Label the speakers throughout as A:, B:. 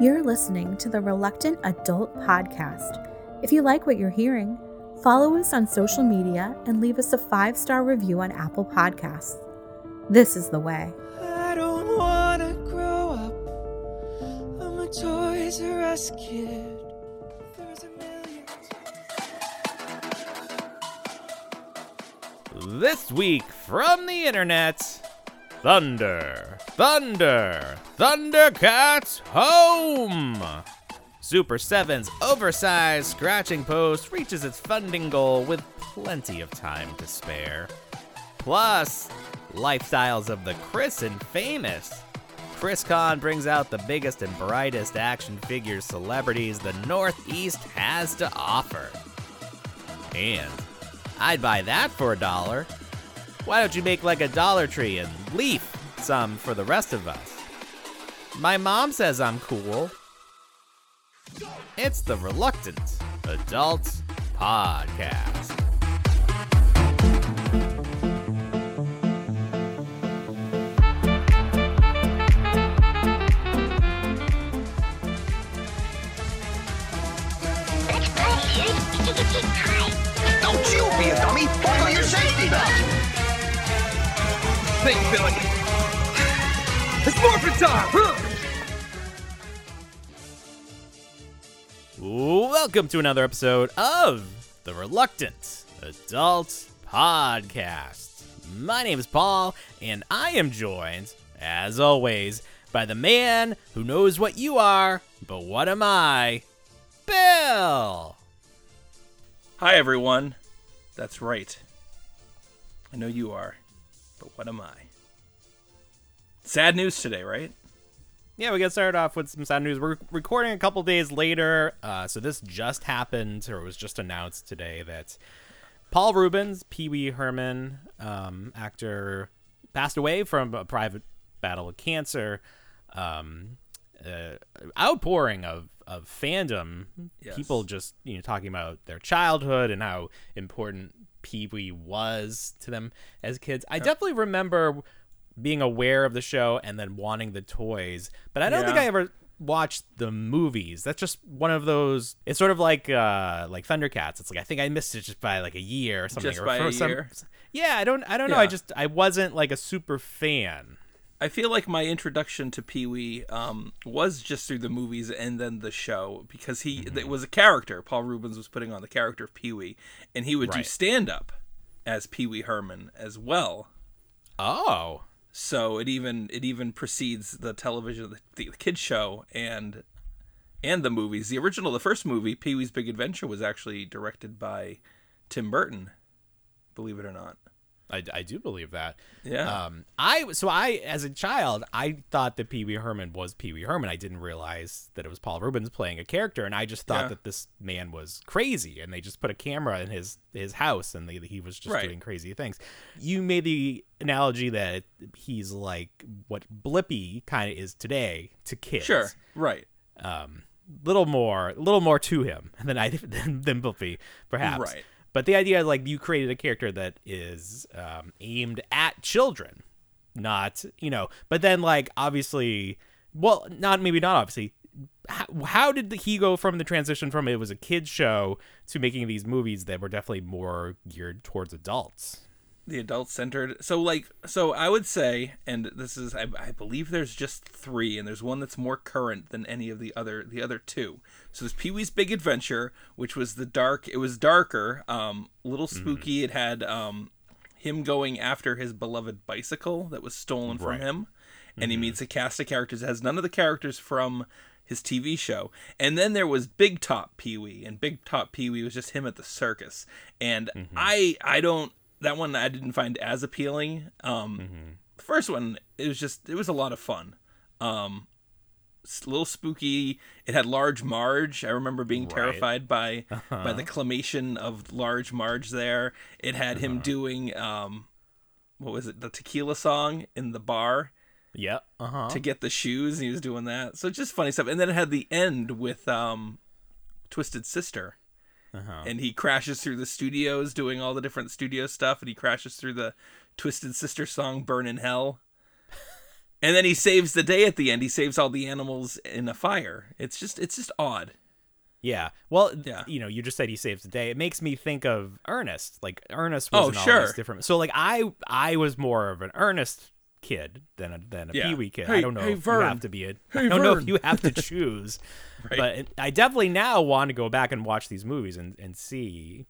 A: You're listening to the Reluctant Adult Podcast. If you like what you're hearing, follow us on social media and leave us a five star review on Apple Podcasts. This is the way.
B: I don't wanna grow up. I'm a Toys R Us kid. There's a million.
C: This week from the internet, Thunder, Thunder, Thundercats home! Super 7's oversized scratching post reaches its funding goal with plenty of time to spare. Plus, lifestyles of the Chris and famous. Chris Con brings out the biggest and brightest action figure celebrities the Northeast has to offer. And I'd buy that for a dollar. Why don't you make like a Dollar Tree and leaf some for the rest of us? My mom says I'm cool. It's the Reluctant Adult Podcast.
D: Don't you be a dummy. Buckle your safety belt. Think, Billy. It's morphin' time. Huh?
C: Welcome to another episode of the Reluctant Adult Podcast. My name is Paul, and I am joined, as always, by the man who knows what you are, but what am I? Bill!
E: Hi, everyone. That's right. I know you are, but what am I? Sad news today, right?
C: Yeah, we got started off with some sound news. We're recording a couple days later, uh, so this just happened, or it was just announced today that Paul Rubens, Pee Wee Herman, um, actor, passed away from a private battle with cancer. Um, uh, outpouring of of fandom,
E: Yes.
C: people just you know talking about their childhood and how important Pee Wee was to them as kids. I definitely remember being aware of the show and then wanting the toys, but I don't think
E: Yeah.
C: I ever watched the movies. That's just one of those. It's sort of like uh like Thundercats. It's like I think I missed it just by like a year or something.
E: Just
C: or
E: by
C: for
E: a
C: some-
E: year.
C: Yeah, I don't. I don't know. I
E: Yeah.
C: just I wasn't like a super fan.
E: I feel like my introduction to Pee Wee um, was just through the movies and then the show because he it was a character. Paul Rubens was putting on the character of Pee Wee, and he would do
C: Right.
E: stand up as Pee Wee Herman as well.
C: Oh,
E: So it even it even precedes the television, the, the kids show, and and the movies. The original, the first movie, Pee Wee's Big Adventure, was actually directed by Tim Burton. Believe it or not.
C: I, I do believe that.
E: Yeah.
C: Um, I so I as a child I thought that Pee Wee Herman was Pee Wee Herman. I didn't realize that it was Paul Rubens playing a character, and I just thought
E: Yeah.
C: that this man was crazy. And they just put a camera in his his house, and they, he was just
E: Right.
C: doing crazy things. You made the analogy that he's like what Blippy kind of is today to kids.
E: Sure. Right.
C: Um, little more, little more to him than I than, than Blippy, perhaps.
E: Right.
C: But the idea, like, you created a character that is um, aimed at children, not you know. But then, like, obviously, well, not maybe not obviously. How, how did he go from the transition from it was a kids show to making these movies that were definitely more geared towards adults?
E: the adult centered so like so i would say and this is I, I believe there's just three and there's one that's more current than any of the other the other two so there's pee-wee's big adventure which was the dark it was darker um a little spooky it had um him going after his beloved bicycle that was stolen from
C: Right.
E: him and he meets a cast of characters that has none of the characters from his TV show. And then there was Big Top Pee Wee, and Big Top Pee Wee was just him at the circus. And I I don't that one I didn't find as appealing. Um, The first one it was just it was a lot of fun. Um, s- little spooky. It had Large Marge. I remember being
C: Right.
E: terrified by by the clamation of Large Marge. There, it had him doing um, what was it? The tequila song in the bar
C: Yeah. Uh huh.
E: to get the shoes and he was doing that so it's just funny stuff and then it had the end with um twisted sister
C: Uh-huh.
E: and he crashes through the studios doing all the different studio stuff and he crashes through the twisted sister song burn in hell And then he saves the day at the end. He saves all the animals in a fire. It's just it's just odd.
C: Yeah. Well, th-
E: Yeah.
C: you know, you just said he saves the day. It makes me think of Ernest. Like Ernest
E: Oh,
C: was an
E: sure.
C: always different. So like I I was more of an Ernest kid than a, than a
E: Yeah.
C: Pee Wee kid.
E: Hey-
C: I don't know
E: hey,
C: if you
E: Vern.
C: have to be a.
E: Hey,
C: I don't know
E: Vern.
C: if you have to choose.
E: Right.
C: But it- I definitely now want to go back and watch these movies and and see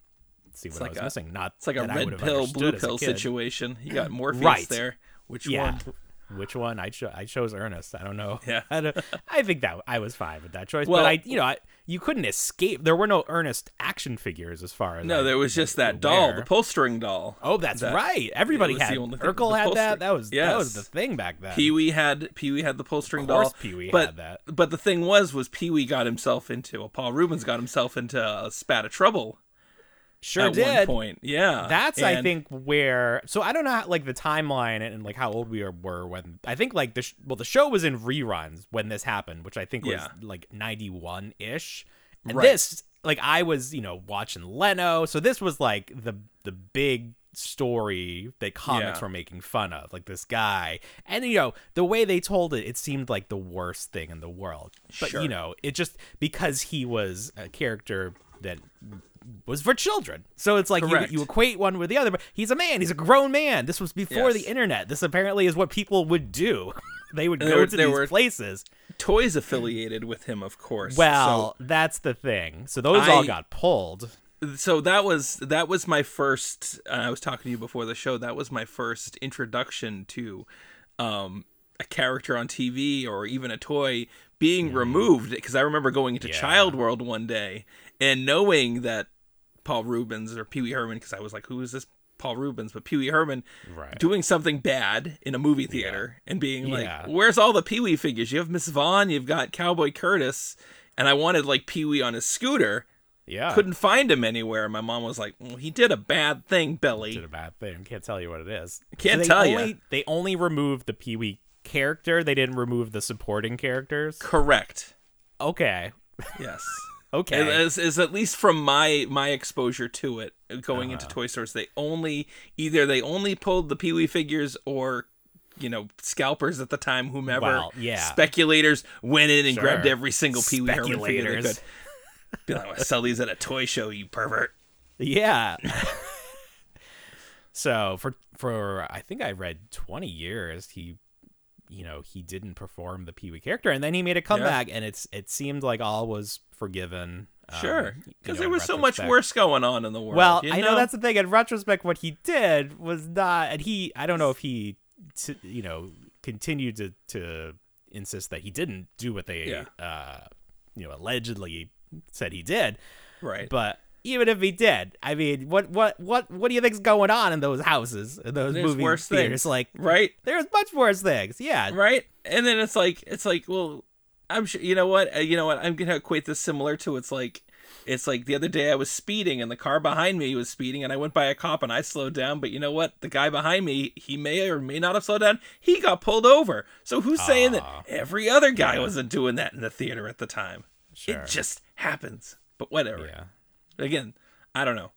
C: see what I
E: like
C: was
E: a-
C: missing. Not
E: It's like a
C: that I
E: red
C: would've
E: pill,
C: understood
E: blue
C: as a
E: pill
C: kid.
E: situation. You got Morpheus
C: Right.
E: there. Which
C: Yeah.
E: one?
C: Which one? I cho- I chose Ernest. I don't know.
E: Yeah.
C: I, don't- I think that I was fine with that choice.
E: Well-
C: but I, you know, I, you couldn't escape. There were no Ernest action figures as far as I
E: No, there was just that doll, the
C: aware.
E: pull-string doll.
C: Oh, that's
E: That-
C: right. Everybody
E: it was
C: had.
E: the only thing with
C: Urkel
E: the
C: had
E: upholstery.
C: that. That was that was the
E: Yes.
C: thing back then.
E: Pee Wee had Pee Wee had the pull string
C: Of course
E: doll.
C: Pee Wee
E: but,
C: had that.
E: But the thing was, was Pee Wee got himself into a Paul Rubens got himself into a spat of trouble
C: sure
E: at
C: did.
E: one point. Yeah,
C: That's I
E: And-
C: think where. So I don't know how, like the timeline and, and like how old we were when I think like the sh- well the show was in reruns when this happened, which I think was
E: Yeah.
C: like ninety one ish. And
E: Right.
C: this like I was you know watching Leno, so this was like the the big story that comics
E: Yeah.
C: were making fun of like this guy and you know the way they told it it seemed like the worst thing in the world but
E: Sure.
C: you know it just because he was a character that was for children so it's like you,
E: Correct.
C: you equate one with the other but he's a man he's a grown man this was before
E: Yes.
C: the internet this apparently is what people would do they would
E: And
C: go
E: there were-
C: to
E: there
C: these
E: were-
C: places
E: toys affiliated with him, of course.
C: well that's the thing so those all
E: I-
C: got pulled
E: so, so that was that was my first. Uh, I was talking to you before the show. That was my first introduction to um, a character on TV or even a toy being removed. Because I remember going into
C: Mm-hmm. Yeah.
E: Child World one day and knowing that Paul Rubens or Pee Wee Herman, because I was like, who is this Paul Rubens? But Pee Wee Herman
C: Right.
E: doing something bad in a movie theater and being
C: Yeah.
E: like, where's all the Pee Wee figures? You have Miss Vaughn, you've got Cowboy Curtis, and I wanted like Pee Wee on his scooter.
C: yeah
E: Couldn't find him anywhere. My mom was like, well, he did a bad thing, Billy.
C: did a bad thing can't tell you what it is
E: Can't
C: they
E: tell ya.
C: only, they only removed the pee-wee character they didn't remove the supporting characters
E: Correct.
C: okay
E: Yes.
C: okay
E: It is, is at least from my my exposure to it going into
C: Uh-huh.
E: toy stores they only either they only pulled the pee-wee figures or you know scalpers at the time whomever
C: Well, yeah.
E: speculators went in and grabbed
C: Sure.
E: every single pee-wee Herman figure they
C: Speculators.
E: could be like "Well, I sell these at a toy show you pervert
C: Yeah. so for for I think I read twenty years he you know he didn't perform the Pee Wee character and then he made a comeback and it's it seemed like all was forgiven. um,
E: sure
C: you
E: because
C: know,
E: there
C: in
E: was so much
C: retrospect.
E: worse going on in the world
C: Well,
E: you
C: I know that's the thing. In retrospect, what he did was not, and he I don't know if he t- you know continued to to insist that he didn't do what they uh you know allegedly said he did
E: right
C: but even if he did, I mean, what what what what do you think's going on in those houses, in those
E: There's
C: movie
E: worse
C: theaters?
E: things.
C: Like,
E: right
C: there's much worse things. Yeah,
E: right? And then it's like it's like well, I'm sure you know what uh, you know what I'm gonna equate this similar to it's like it's like the other day I was speeding and the car behind me was speeding and I went by a cop and I slowed down, but you know what? The guy behind me he may or may not have slowed down. He got pulled over. So who's saying that every other guy wasn't doing that in the theater at the time?
C: Sure.
E: It just happens. But whatever.
C: yeah.
E: Again, I don't know.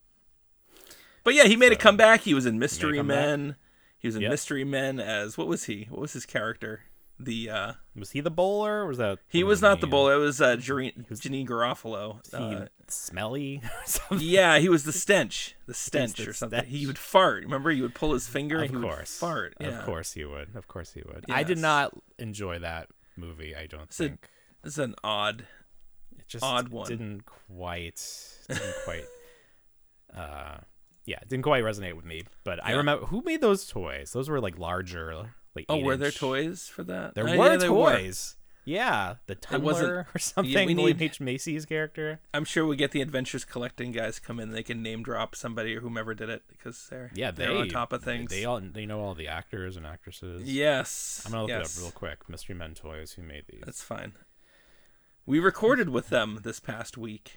E: But yeah, he made a comeback. He was in Mystery
C: comeback.
E: Men. He was in
C: Yep.
E: Mystery Men as what was he? What was his character? The uh
C: Was he the bowler? Or was that
E: he
C: what
E: was not the
C: name?
E: bowler. It was uh Janine, Janine Garofalo.
C: Was He
E: Uh,
C: smelly or something.
E: yeah, he was the stench, the stench
C: the
E: or something. He
C: stench.
E: would fart. Remember, he would pull his finger
C: Of
E: and he would
C: course,
E: fart. Yeah.
C: of course he would. Of course he would. I did
E: Yes.
C: not enjoy that movie. I don't
E: It's, a,
C: think
E: it's an odd.
C: it just
E: odd one.
C: didn't quite didn't quite. Uh, yeah, it didn't quite resonate with me. But I
E: Yeah.
C: remember who made those toys. Those were like larger, like
E: Oh, were there
C: toys?
E: toys for that?
C: There
E: Oh, yeah,
C: were
E: there
C: toys. Yeah, the Tumblr
E: wasn't-
C: or something. William
E: need-
C: H Macy's character.
E: I'm sure we get the adventures collecting guys come in. They can name drop somebody or whomever did it because they're
C: Yeah, they,
E: they're on top of things.
C: They all they know all the actors and actresses.
E: Yes.
C: I'm gonna look it
E: yes.
C: up real quick. Mystery Men toys. Who made these?
E: That's fine. We recorded with them this past week.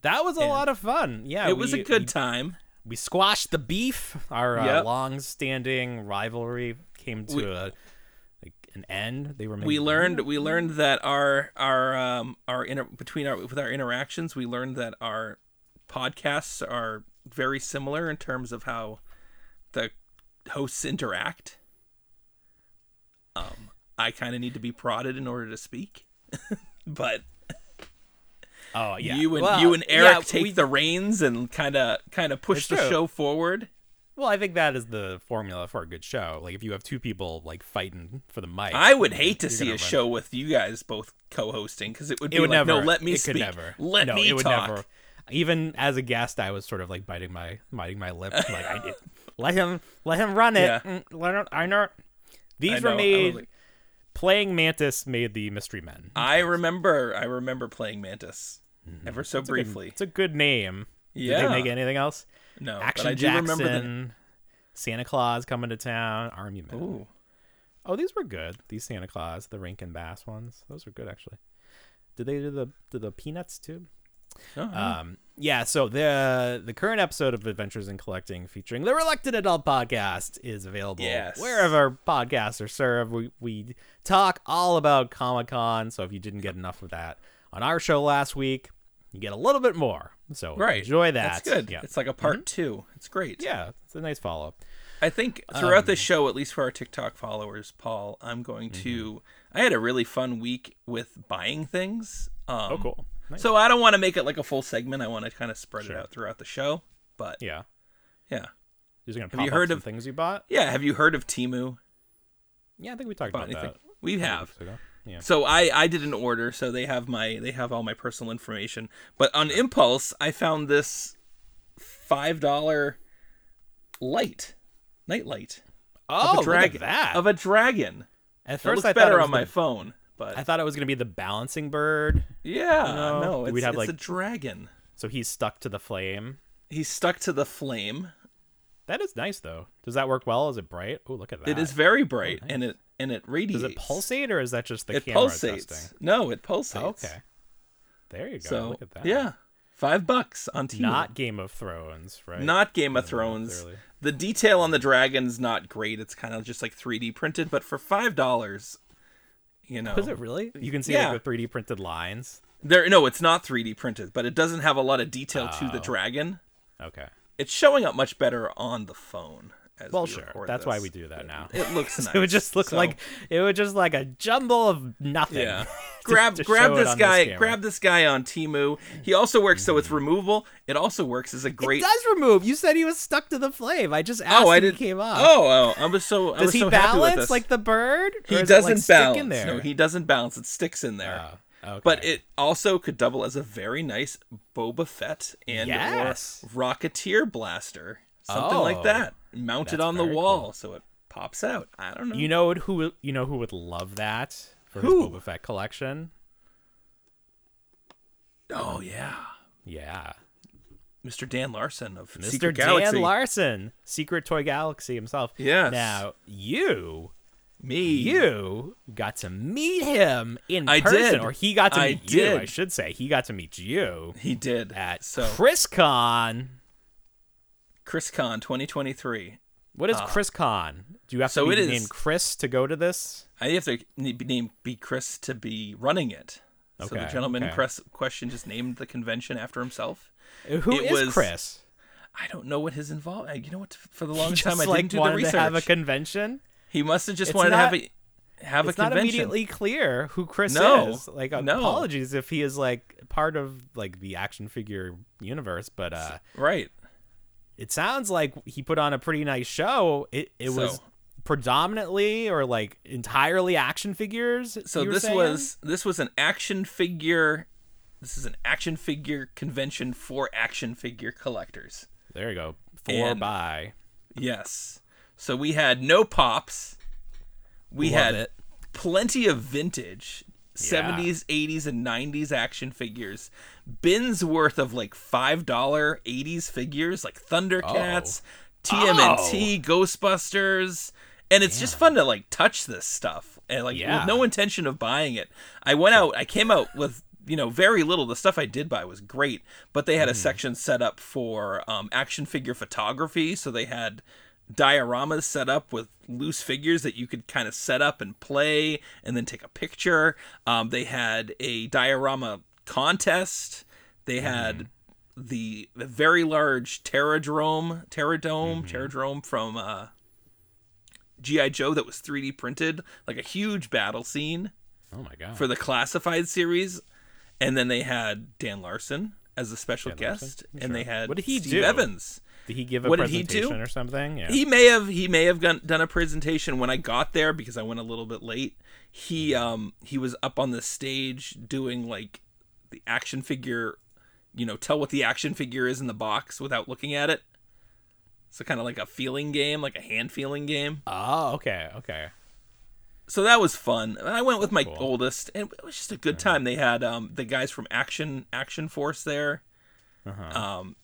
C: that was a
E: yeah.
C: lot of fun. Yeah,
E: it was
C: we-
E: a good time.
C: We squashed the beef. Our uh,
E: Yep.
C: long-standing rivalry came to
E: We-
C: a, like an end. They were.
E: we learned we learned that our our um our inter- between our with our interactions we learned that our podcasts are very similar in terms of how the hosts interact um I kind of need to be prodded in order to speak. but
C: Oh yeah.
E: you and
C: Well,
E: you and
C: yeah,
E: Eric take
C: we-
E: the reins and kind of kind of push
C: It's
E: the
C: true.
E: show forward.
C: Well, I think that is the formula for a good show. Like if you have two people like fighting for the mic,
E: I would hate to
C: you're
E: see a
C: gonna run-
E: show with you guys both co-hosting because it would be
C: It would
E: like,
C: never.
E: no, let me
C: it
E: speak.
C: Could never.
E: Let
C: no,
E: me
C: it would
E: talk.
C: never. Even as a guest, I was sort of like biting my biting my lip. Like I did. Let him let him run it.
E: Yeah.
C: Mm, Let him, I know.
E: I
C: These
E: know, I
C: were
E: was
C: made
E: like-
C: playing Mantis made the Mystery Men.
E: I remember. I remember playing Mantis ever so
C: It's Hmm. a good-
E: briefly.
C: it's a good name. Did
E: Yeah.
C: they make anything else?
E: no,
C: Action
E: but I do
C: Jackson,
E: remember
C: Santa Claus coming to town, Army
E: the.
C: Men.
E: Ooh,
C: Oh, these were good. These Santa Claus, the Rankin Bass ones. Those were good actually. Did they do the did the peanuts too?
E: Oh,
C: Um yeah, so the the current episode of Adventures in Collecting featuring the Reluctant Adult podcast is available
E: Yes.
C: wherever podcasts are served. We we talk all about Comic-Con, so if you didn't get enough of that on our show last week, you get a little bit more. So
E: right.
C: enjoy that.
E: That's good.
C: Yeah. Mm-hmm.
E: It's like a part two. It's great.
C: yeah, Um, it's a nice follow-up.
E: I think throughout this show, at least for our TikTok followers, Paul, I'm going to.
C: Mm-hmm.
E: I had a really fun week with buying things. Um,
C: Oh, cool. Nice.
E: So I don't want to make it like a full segment. I want to kind of spread it out throughout the show. But yeah,
C: Yeah.
E: yeah.
C: Just gonna pop
E: you
C: up
E: heard
C: some
E: of-
C: things you bought?
E: Have you heard of Timu?
C: Yeah, I think we talked
E: About
C: about,
E: anything?
C: that.
E: We have.
C: weeks ago. Yeah.
E: So I I did an order, so they have my they have all my personal information. But on impulse, I found this five dollar light, night light
C: Oh,
E: of a dragon
C: look at that.
E: of a dragon.
C: At
E: It
C: first,
E: looks
C: I thought
E: better
C: it was
E: on my
C: the-
E: phone, but
C: I thought it was gonna be the balancing bird,
E: yeah,
C: No.
E: no, it's,
C: We'd have,
E: it's
C: like-
E: a dragon.
C: so he's stuck to the flame.
E: He's stuck to the flame.
C: That is nice though. Does that work well? Is it bright? Oh, look at that.
E: It is very bright,
C: nice.
E: and it and it radiates.
C: Does it pulsate or is that just the
E: It
C: camera
E: pulsates.
C: adjusting?
E: No, it pulsates.
C: Okay. There you go.
E: So
C: look at that.
E: yeah, five bucks on Timu.
C: Not Game of Thrones, right?
E: not Game of
C: Yeah,
E: Thrones.
C: clearly.
E: The detail on the dragon's not great. It's kind of just like 3D printed, but for five dollars, you know,
C: Was it really? You can see
E: Yeah.
C: like the 3D printed lines.
E: there no, it's not 3D printed, but it doesn't have a lot of detail to the
C: Oh.
E: dragon.
C: Okay.
E: It's showing up much better on the phone. As
C: Well,
E: we
C: sure.
E: record
C: That's why
E: this.
C: we do that now.
E: It looks nice.
C: It would just look
E: So,
C: like it would just like a jumble of nothing.
E: yeah.
C: to-
E: grab
C: to show
E: grab
C: it
E: this
C: on Mm-hmm.
E: guy
C: camera.
E: grab this guy on Timu. He also works so it's removable. It also works as a
C: It
E: great
C: does remove. You said he was stuck to the flame. I just asked
E: Oh, I
C: if
E: did.
C: he came off.
E: Oh, oh, I was so. I
C: Does
E: was
C: he
E: so happy with
C: balance
E: this.
C: like the bird? Or
E: He
C: is it, like,
E: doesn't
C: stick
E: balance.
C: in there.
E: No, he doesn't balance. It sticks in there.
C: Oh, okay.
E: But it also could double as a very nice Boba Fett and
C: Yes.
E: or Rocketeer blaster, something like
C: Oh,
E: that, mounted
C: that's
E: on the
C: very
E: wall,
C: cool.
E: so it pops out. I don't know.
C: You know who? You know who would love that for
E: Who?
C: his Boba Fett collection?
E: oh yeah,
C: Yeah,
E: Mr. Dan Larson of
C: Mr.
E: Secret
C: Dan
E: Galaxy.
C: Larson, Secret Toy Galaxy himself.
E: Yes.
C: Now you,
E: Me,
C: you got to meet him in
E: I
C: person,
E: did.
C: or he got to
E: I
C: meet you.
E: did.
C: I should say he got to meet you
E: He did
C: at
E: so
C: ChrisCon.
E: ChrisCon 2023.
C: What is ChrisCon? Do you have
E: Ah. so
C: to
E: it
C: be
E: is-
C: named Chris to go to this?
E: I have to n- be named be Chris to be running it. so the
C: Okay,
E: gentleman in
C: okay.
E: crest- question just named the convention after himself.
C: Who is
E: It was-
C: Chris?
E: I don't know what his involvement. You know what? For the longest
C: just
E: time, I
C: like
E: didn't do the
C: wanted
E: research.
C: to have a convention.
E: he must have just
C: It's
E: wanted
C: not-
E: to have a have
C: it's
E: a
C: not
E: convention.
C: immediately clear who Chris
E: No,
C: is. Like,
E: no.
C: apologies if he is like part of like the action figure universe, but uh,
E: Right.
C: it sounds like he put on a pretty nice show. It it was
E: So-
C: predominantly or like entirely action figures.
E: So
C: you were
E: this
C: saying?
E: was this was an action figure. This is an action figure convention for action figure collectors.
C: there. You go four
E: And-
C: by
E: Yes. So we had no pops. We
C: Love
E: had
C: it.
E: plenty of vintage 70s, 80s, and 90s action figures. Bins worth of like $5 80s figures like Thundercats,
C: Oh.
E: TMNT, Ghostbusters. And it's just fun to like touch this stuff and like
C: Yeah.
E: with no intention of buying it. I went out, I came out with. You know, very little. The stuff I did buy was great, but they had a section set up for um, action figure photography. So they had dioramas set up with loose figures that you could kind of set up and play and then take a picture. Um, they had a diorama contest. They had the, the very large pterodrome, pterodome, pterodrome from uh, GI Joe that was 3D printed, like a huge battle scene
F: Oh my god.
E: for the classified series, and then they had Dan Larson as a special guest, and they had
C: What did he
E: Steve
C: do?
E: Evans.
C: Did he give a
E: What did he do?
C: presentation or something? Yeah.
E: He may have he may have gone, done a presentation when I got there because I went a little bit late. He
C: Mm-hmm.
E: um he was up on the stage doing like the action figure, you know, tell what the action figure is in the box without looking at it. So kind of like a feeling game, like a hand feeling game.
C: oh, okay, okay.
E: So that was fun. And I went with my
C: cool.
E: oldest, and it was just a good time. They had um the guys from Action Action Force there.
C: Uh-huh.
E: Um,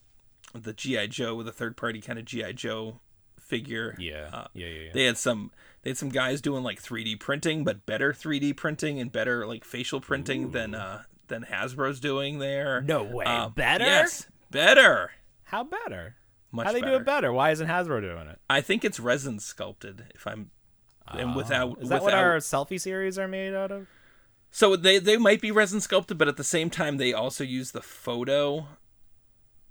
E: the GI Joe with a third party kind of GI Joe figure.
C: Yeah,
E: Uh,
C: yeah, yeah, yeah.
E: they had some they had some guys doing like 3d printing but better 3d printing and better like facial printing than uh than hasbro's doing there
C: No way.
E: Um,
C: Better?
E: yes better
C: How better?
E: much
C: How they
E: better.
C: do it better? Why isn't Hasbro doing it?
E: i think it's resin sculpted if i'm and without
C: Oh. Is that
E: without
C: what our selfie series are made out of?
E: so they they might be resin sculpted but at the same time they also use the photo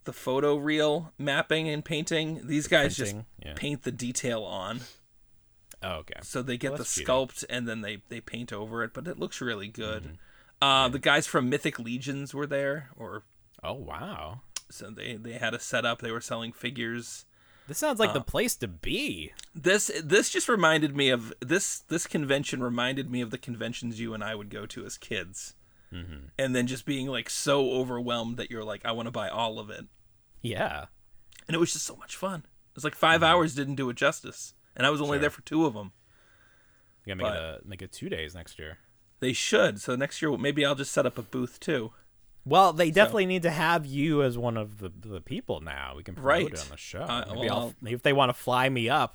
E: the photo reel mapping and painting these guys
C: printing,
E: just
C: yeah.
E: paint the detail on
C: Oh, okay.
E: so they get
C: Well,
E: the
C: that's cheating.
E: sculpt and then they they paint over it but it looks really good
C: Mm-hmm.
E: uh the guys from mythic legions were there or
C: Oh, wow.
E: so they they had a setup they were selling figures
C: This sounds
E: Uh,
C: like the place to be.
E: this this just reminded me of this this convention reminded me of the conventions you and i would go to as kids
C: Mm-hmm.
E: and then just being like so overwhelmed that you're like i want to buy all of it
C: Yeah.
E: and it was just so much fun it's like 5
C: Mm-hmm.
E: hours didn't do it justice and i was only there for two of them
C: You gotta make it a make it two days next year.
E: they should so next year maybe i'll just set up a booth too
C: Well, they definitely need to have you as one of the, the people now. We can promote
E: Right.
C: it on the show.
E: Uh,
C: maybe,
E: well,
C: I'll, maybe if they want to fly me up,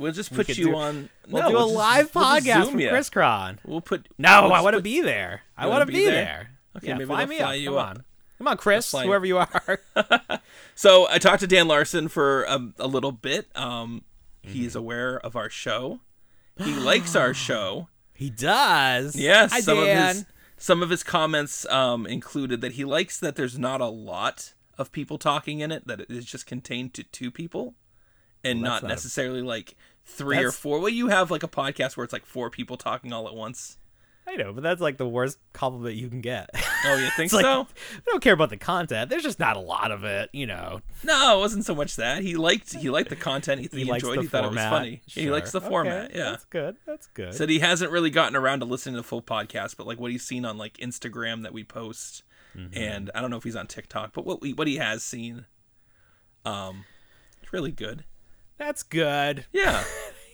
E: We'll just put
C: could
E: you
C: do-
E: on.
C: we'll
E: no,
C: do a
E: just-
C: live
E: we'll just
C: podcast
E: Zoom
C: from
E: ya.
C: Chris Cron.
E: We'll put.
C: No,
E: we'll
C: I
E: just
C: want to
E: put-
C: be there. I
E: You
C: want
E: wanna
C: to
E: be
C: be
E: there?
C: there.
E: Okay,
C: Yeah,
E: maybe
C: fly me
E: they'll fly
C: up.
E: you
C: Come
E: up.
C: on, come on, Chris,
E: fly you-
C: whoever you are.
E: So I talked to Dan Larson for a, a little bit. Um,
C: Mm-hmm.
E: he is aware of our show. He likes our show.
C: he does.
E: Yes,
C: Hi,
E: some
C: Dan.
E: of his some of his comments um, included that he likes that there's not a lot of people talking in it. That it is just contained to two people, and
C: Well,
E: not
C: that's not a-
E: necessarily like three or
C: That's-
E: four. Well, you have like a podcast where it's like four people talking all at once.
C: I know, but that's like the worst compliment you can get.
E: Oh, you think
C: it's like,
E: so?
C: I don't care about the content. There's just not a lot of it, you know.
E: No, it wasn't so much that he liked he liked the content. He, he,
C: likes
E: enjoyed.
C: the
E: He thought
C: format.
E: it was funny. He
C: Sure.
E: likes the
C: Okay,
E: format. Yeah.
C: that's good. That's good.
E: Said he hasn't really gotten around to listening to the full podcast, but like what he's seen on like Instagram that we post,
C: Mm-hmm.
E: and I don't know if he's on TikTok, but what we what he has seen, um, it's really good.
C: that's good.
E: Yeah,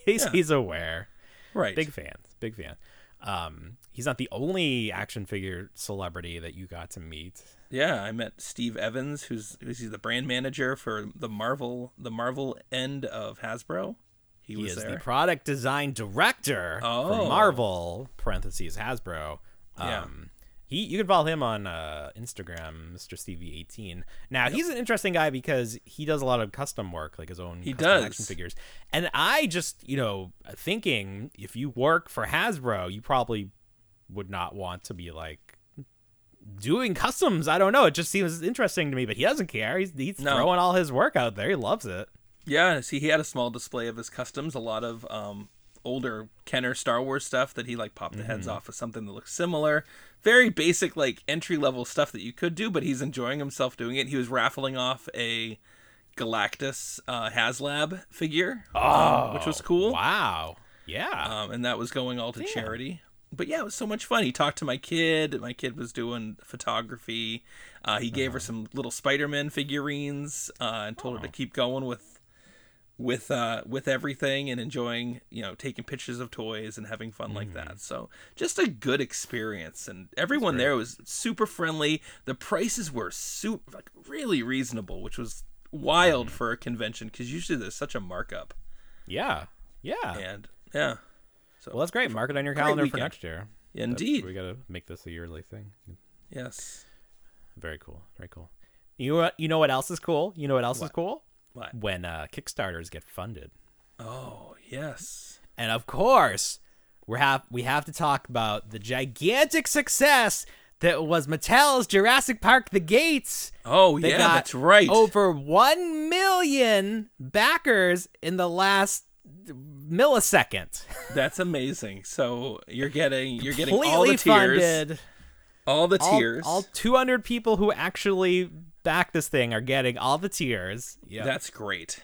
C: He's
E: Yeah.
C: he's aware.
E: right.
C: Big fan. Big fan. Um, he's not the only action figure celebrity that you got to meet.
E: Yeah, I met Steve Evans, who's who's he's the brand manager for the Marvel the Marvel end of Hasbro. He,
C: He
E: was
C: is
E: there.
C: the product design director
E: Oh.
C: for Marvel (parentheses Hasbro). Um,
E: Yeah.
C: He, you can follow him on uh, Instagram, Mr. Stevie18. Now he's an interesting guy because he does a lot of custom work, like his own
E: He
C: custom action
E: does.
C: figures. And I just, you know, thinking if you work for Hasbro, you probably would not want to be like doing customs. I don't know. It just seems interesting to me, but he doesn't care. He's, he's
E: No.
C: throwing all his work out there. He loves it.
E: Yeah, see, he had a small display of his customs, a lot of um, older Kenner Star Wars stuff that he like popped the heads off of something that looks similar. Very basic, like entry level stuff that you could do, but he's enjoying himself doing it. He was raffling off a Galactus uh, HasLab figure, um, which was cool.
C: Wow. Yeah.
E: Um, and that was going all to charity. But yeah, it was so much fun. He talked to my kid. My kid was doing photography. Uh, he gave her some little Spider-Man figurines uh, and told her to keep going with with uh, with everything and enjoying, you know, taking pictures of toys and having fun like that. So just a good experience. And everyone there was super friendly. The prices were super like really reasonable, which was wild for a convention because usually there's such a markup.
C: Yeah. Yeah.
E: And yeah.
C: Well, that's great. Mark it on your calendar for
E: weekend.
C: next year. That's-
E: Indeed.
C: we got to make this a yearly thing.
E: Yes.
C: Very cool. Very cool. You know what, you know what else is cool? You know what else is cool?
E: What?
C: When uh, Kickstarters get funded.
E: Oh, yes.
C: And of course, we have we have to talk about the gigantic success that was Mattel's Jurassic Park The Gates.
E: Oh,
C: They
E: yeah,
C: got Oh.
E: that's right.
C: Over 1 million backers in the last millisecond.
E: That's amazing. So you're getting you're getting
C: Completely
E: all the tears,
C: funded.
E: all the
C: All-
E: tears.
C: All, 200 people who actually back this thing are getting all the tears. Yeah.
E: That's great.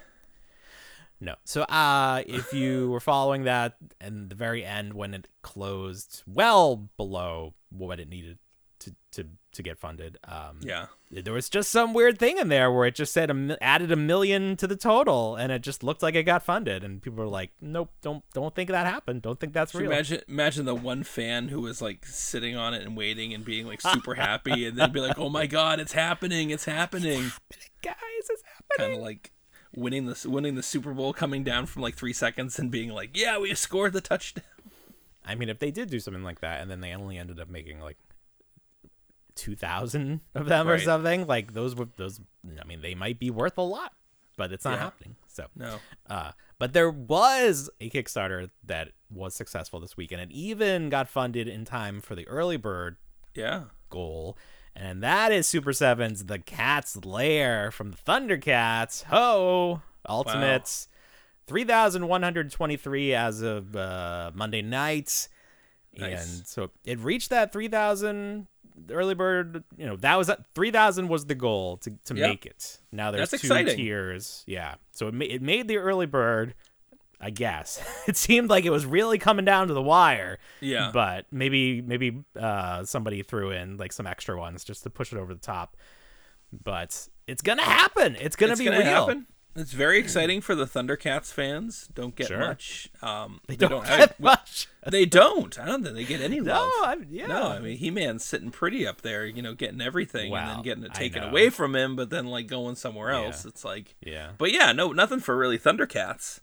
C: No. So uh if you were following that and the very end when it closed well below what it needed to to to get funded. Um
E: Yeah.
C: there was just some weird thing in there where it just said a, mi- added a million to the total and it just looked like it got funded and people were like, "Nope, don't don't think that happened. Don't think that's
E: Can you
C: real."
E: imagine imagine the one fan who was like sitting on it and waiting and being like super happy and then be like, "Oh my god, it's happening. It's happening."
C: Guys, it's
E: Kind
C: happening.
E: of like winning the winning the Super Bowl coming down from like 3 seconds and being like, "Yeah, we scored the touchdown."
C: I mean, if they did do something like that and then they only ended up making like 2000 of them or
E: Right.
C: something, like those would those I mean, they might be worth a lot, but it's not
E: Yeah.
C: happening. So
E: No.
C: Uh, but there was a Kickstarter that was successful this week, and it even got funded in time for the early bird
E: Yeah.
C: goal. And that is Super Seven's The Cat's Lair from the Thundercats. Ho! Ultimates. 3,123 as of uh, Monday night.
E: Nice.
C: And so it reached that 3,000 early bird. You know, that was 3,000 was the goal to, to
E: Yeah.
C: make it. Now there's
E: That's
C: two
E: exciting.
C: tiers. Yeah. So it, ma- it made the early bird, I guess. it seemed like it was really coming down to the wire
E: Yeah.
C: but maybe maybe uh, somebody threw in like some extra ones just to push it over the top. But it's gonna happen. It's gonna
E: it's
C: be
E: gonna
C: real.
E: happen. It's very exciting for the Thundercats fans. Don't get
C: Sure.
E: much. Um, they,
C: Don't
E: don't.
C: get
E: I-
C: much.
E: They don't. I don't think they get any
C: No,
E: love.
C: Oh, I'm- yeah.
E: No, I mean He Man's sitting pretty up there, you know, getting everything and
C: Wow,
E: then getting it
C: I
E: taken
C: know.
E: away from him, but then like going somewhere else.
C: Yeah.
E: It's like
C: Yeah.
E: But yeah, no, nothing for really Thundercats.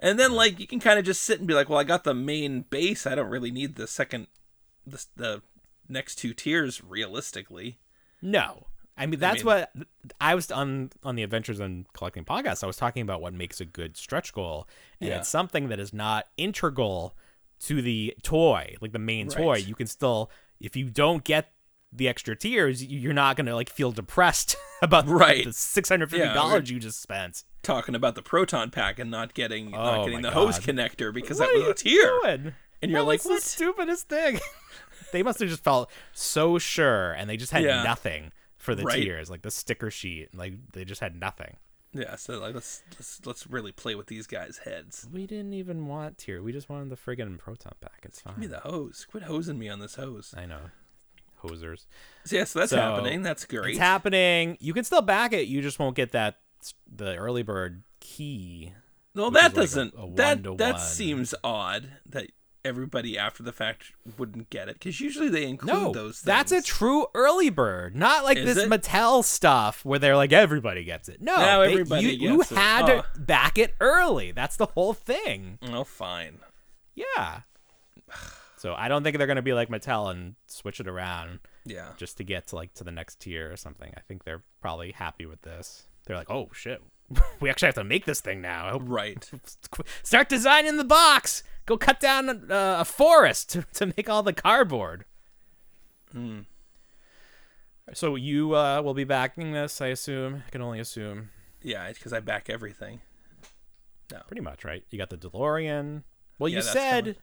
E: And then like you can kind of just sit and be like, well, I got the main base. I don't really need the second, the, the next two tiers realistically.
C: No. I mean that's
E: mean-
C: what I was on on the Adventures in Collecting podcast. I was talking about what makes a good stretch goal, and
E: Yeah.
C: it's something that is not integral to the toy, like the main toy.
E: Right.
C: You can still, if you don't get the extra tiers, you- you're not gonna like feel depressed about
E: Right.
C: the six hundred fifty dollars you just spent.
E: Talking about the proton pack and not getting
C: Oh,
E: not getting
C: my
E: the hose
C: God.
E: connector because
C: What
E: that was
C: are
E: a tier.
C: you doing?
E: And you're
C: That
E: like,
C: was
E: what?
C: the stupidest thing. they must have just felt so sure, and they just had
E: Yeah.
C: nothing for the
E: Right.
C: tiers, like the sticker sheet. Like they just had nothing.
E: Yeah, so like let's let's let's really play with these guys' heads.
C: We didn't even want tier. We just wanted the friggin' proton pack. It's
E: Give me
C: fine.
E: the hose. Quit hosing me on this hose.
C: I know, hosers.
E: So, yeah, so that's
C: So,
E: happening. That's great.
C: It's happening. You can still back it. You just won't get that the early bird key.
E: no,
C: which
E: that
C: is like a-
E: doesn't.
C: a
E: that
C: one-to-one.
E: that seems odd that everybody after the fact wouldn't get it because usually they include
C: No,
E: those. Things.
C: that's a true early bird, not like
E: Is
C: this
E: it?
C: Mattel stuff where they're like everybody gets it. No,
E: Now
C: they-
E: everybody
C: you,
E: gets
C: you
E: it.
C: had
E: Oh.
C: to back it early. That's the whole thing.
E: Oh, fine.
C: Yeah. So I don't think they're gonna be like Mattel and switch it around
E: Yeah.
C: just to get to like to the next tier or something. I think they're probably happy with this. They're like, oh shit, we actually have to make this thing now. I hope-
E: Right.
C: Start designing the box. Go cut down uh, a forest to, to make all the cardboard.
E: Hmm.
C: So you uh, will be backing this, I assume. I can only assume.
E: Yeah, because I back everything.
C: Pretty much, right? You got the DeLorean. Well,
E: Yeah,
C: you
E: that's
C: said
E: coming.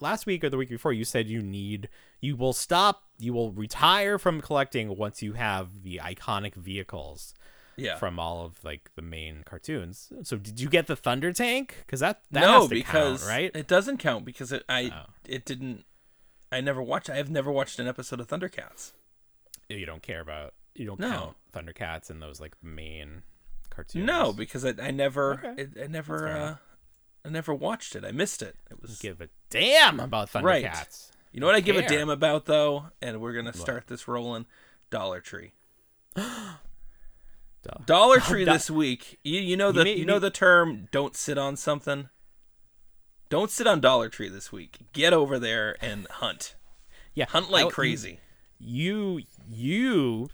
C: last week or the week before, you said you need, you will stop, you will retire from collecting once you have the iconic vehicles
E: Yeah.
C: from all of like the main cartoons. So did you get the Thunder Tank? Because that, that
E: no,
C: has to
E: because
C: count, right?
E: it doesn't count because it, I
C: Oh.
E: it didn't. I never watched. I have never watched an episode of Thundercats.
C: you don't care about you don't
E: No.
C: count Thundercats and those like main cartoons.
E: No, because I, I never,
C: Okay.
E: it, I never, uh, I never watched it. I missed it. It was.
C: give a damn about Thundercats.
E: Right. you know what I give a
C: care.
E: damn about though, and we're gonna start this rolling. Dollar Tree. Dollar Tree
C: Oh, Do-
E: this week. You you know the you,
C: may-
E: know
C: may-
E: the term. Don't sit on something. Don't sit on Dollar Tree this week. Get over there and hunt.
C: Yeah,
E: Hunt like
C: I-
E: crazy.
C: You you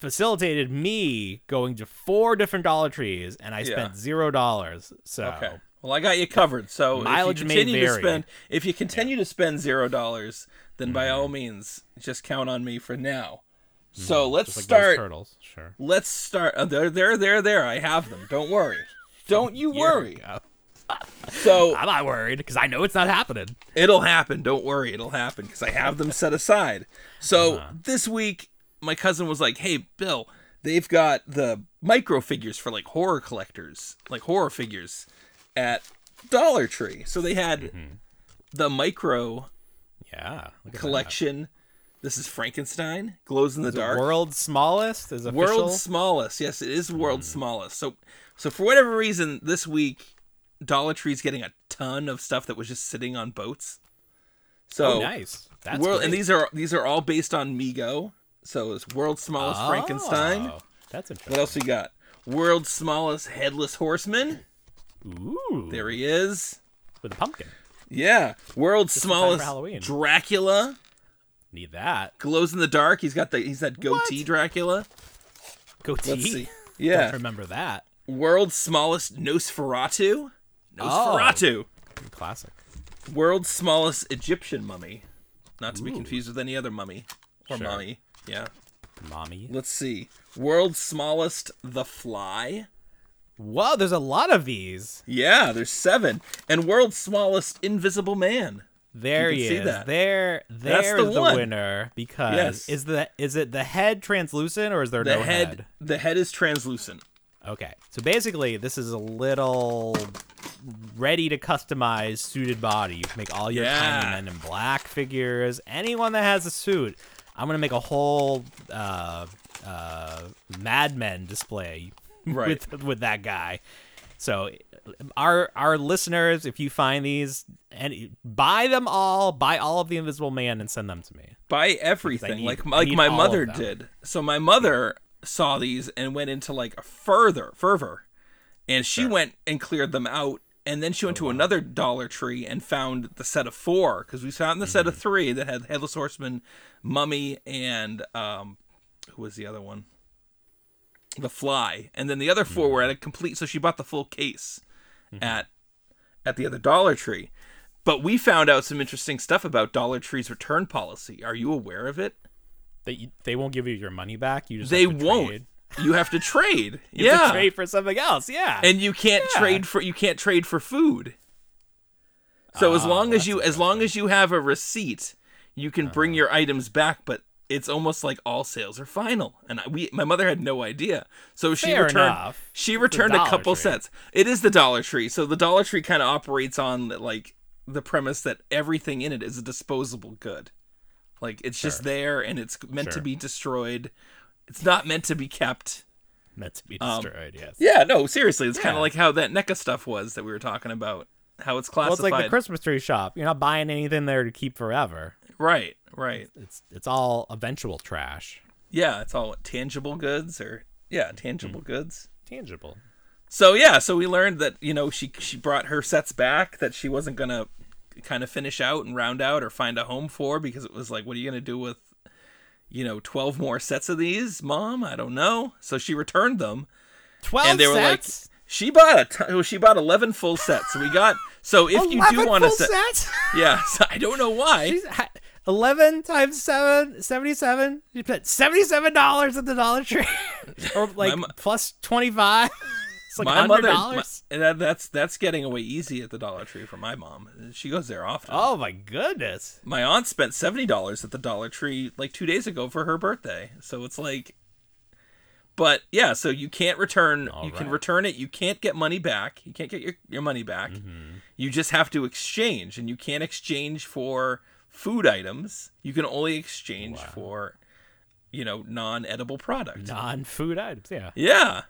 C: facilitated me going to four different Dollar Trees and I
E: Yeah.
C: spent zero dollars. So
E: Okay. Well, I got you covered. So
C: Mileage
E: if
C: may
E: you continue to
C: vary.
E: spend, if you continue to spend zero dollars, then by
C: Mm.
E: all means, just count on me for now. So let's
C: just like those
E: start.
C: turtles. Sure.
E: Let's start. Uh, there, there, there, there. I have them. Don't worry. Don't you worry.
C: go.
E: So
C: I'm not worried because I know it's not happening.
E: It'll happen. Don't worry. It'll happen because I have them set aside. So
C: Uh-huh.
E: this week, my cousin was like, hey, Bill, they've got the micro figures for like horror collectors, like horror figures at Dollar Tree. So they had
C: Mm-hmm.
E: the micro
C: Yeah. Look at
E: collection. This is Frankenstein, glows in the
C: that.
E: dark.
C: World's smallest is official. Mm-hmm.
E: World's smallest. Yes, it is world's smallest. So, so for whatever reason, this week Dollar Tree's getting a ton of stuff that was just sitting on boats. So
C: oh, nice. That's
E: world, and
C: great.
E: these are these are all based on Mego. So it's world's smallest Frankenstein.
C: Oh, That's
E: What
C: interesting.
E: else we got? World's smallest headless horseman.
C: Ooh,
E: There he is.
C: with a pumpkin.
E: Yeah. World's
C: in time for Halloween.
E: smallest Dracula.
C: Need that
E: Glows in the dark. He's got the he's that goatee Dracula.
C: goatee.
E: Let's see.
C: Don't
E: Yeah.
C: remember that.
E: World's smallest Nosferatu. Nosferatu.
C: Oh. Classic.
E: World's smallest Egyptian mummy. Not to be confused with any other mummy or mummy. Yeah.
C: Mommy.
E: Let's see. World's smallest The Fly.
C: Whoa, there's a lot of these.
E: Yeah, there's seven. And world's smallest Invisible Man.
C: There
E: You
C: he
E: can see
C: is.
E: that.
C: There,
E: That's
C: there's
E: the
C: the,
E: one.
C: winner because
E: Yes.
C: is the is it the head translucent or is there
E: The
C: no
E: head,
C: head?
E: The head is translucent.
C: Okay, so basically this is a little ready to customize suited body. You can make all your
E: Yeah.
C: tiny men in black figures. Anyone that has a suit, I'm gonna make a whole uh, uh, Mad Men display
E: Right.
C: with with that guy. So our our listeners, if you find these, and buy them all, buy all of the Invisible Man and send them to me.
E: By everything.
C: need-
E: like
C: I
E: like
C: need
E: my
C: all of
E: mother
C: them.
E: did. So my mother saw these and went into like a further fervor. And she went and cleared them out. And then she
C: Oh,
E: went to another Dollar Tree and found the set of four because we found the set
C: Mm-hmm.
E: of three that had Headless Horseman, Mummy, and um, who was the other one? The Fly. And then the other four
C: Mm-hmm.
E: were at a complete. So she bought the full case at at the other Dollar Tree. But we found out some interesting stuff about Dollar Tree's return policy. Are you aware of it?
C: They they won't give you your money back. You just
E: They
C: have to
E: won't.
C: trade.
E: You have to trade.
C: You have
E: yeah.
C: to trade for something else. Yeah,
E: and you can't
C: Yeah.
E: trade for you can't trade for food. So as
C: Ah,
E: long as
C: that's
E: you as long as you have a receipt, you can bring
C: Uh-huh.
E: your items back, but it's almost like all sales are final. And I, we my mother had no idea. So she
C: Fair
E: returned
C: enough.
E: she
C: It's the
E: returned a
C: Dollar
E: couple
C: Tree.
E: sets. It is the Dollar Tree. So the Dollar Tree kind of operates on like the premise that everything in it is a disposable good. Like it's just there and it's meant to
C: Sure.
E: be destroyed. It's not meant to be kept.
C: meant to be destroyed. yes.
E: Um, Yeah, no, seriously, it's kind
C: Yeah.
E: of like how that NECA stuff was that we were talking about. How it's
C: Well,
E: classified.
C: it's like the Christmas tree shop. You're not buying anything there to keep forever.
E: right, right.
C: It's it's all eventual trash,
E: Yeah, it's all tangible goods or yeah,
C: Mm-hmm.
E: tangible goods.
C: tangible.
E: So yeah, so we learned that you know she she brought her sets back that she wasn't gonna kind of finish out and round out or find a home for because it was like, what are you gonna do with you know twelve more sets of these, mom? I don't know. So she returned them.
C: Twelve
E: and they were
C: sets.
E: like, she bought a t- well, she bought eleven full sets. So we got so if you do want a set,
C: sets.
E: yeah, so I don't know why.
C: She's ha- Eleven times seven, 77. You put seventy-seven dollars at the Dollar Tree, or like
E: mo-
C: plus twenty-five. It's like
E: my
C: hundred
E: mother,
C: dollars.
E: my- and that, that's that's getting away easy at the Dollar Tree for my mom. She goes there often.
C: Oh my goodness!
E: My aunt spent seventy dollars at the Dollar Tree like two days ago for her birthday. So it's like, but yeah, so you can't return. you can
C: right.
E: return it. You can't get money back. You can't get your your money back.
C: Mm-hmm.
E: You just have to exchange, and you can't exchange for food items. You can only exchange for, you know, non-edible product.
C: Non-food items. Yeah.
E: Yeah.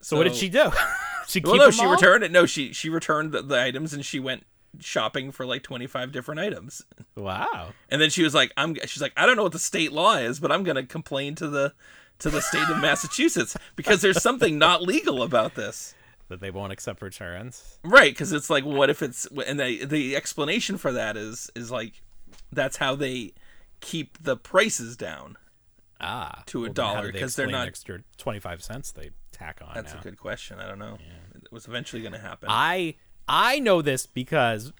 C: So, what did she do? she
E: Well,
C: keep
E: no,
C: them
E: she
C: all?
E: returned it. No, she she returned the, the items and she went shopping for like 25 different items.
C: Wow.
E: And then she was like, "I'm." She's like, "I don't know what the state law is, but I'm gonna complain to the to the state of Massachusetts because there's something not legal about this."
C: That they won't accept returns.
E: Right? Because it's like, what if it's and they, the explanation for that is is like, that's how they keep the prices down.
C: Ah.
E: To
C: then
E: a
C: how do
E: dollar,
C: they
E: 'cause they're
C: explain the
E: not-
C: extra twenty-five cents they tack on.
E: That's
C: now?
E: a good question. I don't know. It was eventually gonna happen.
C: I I know this because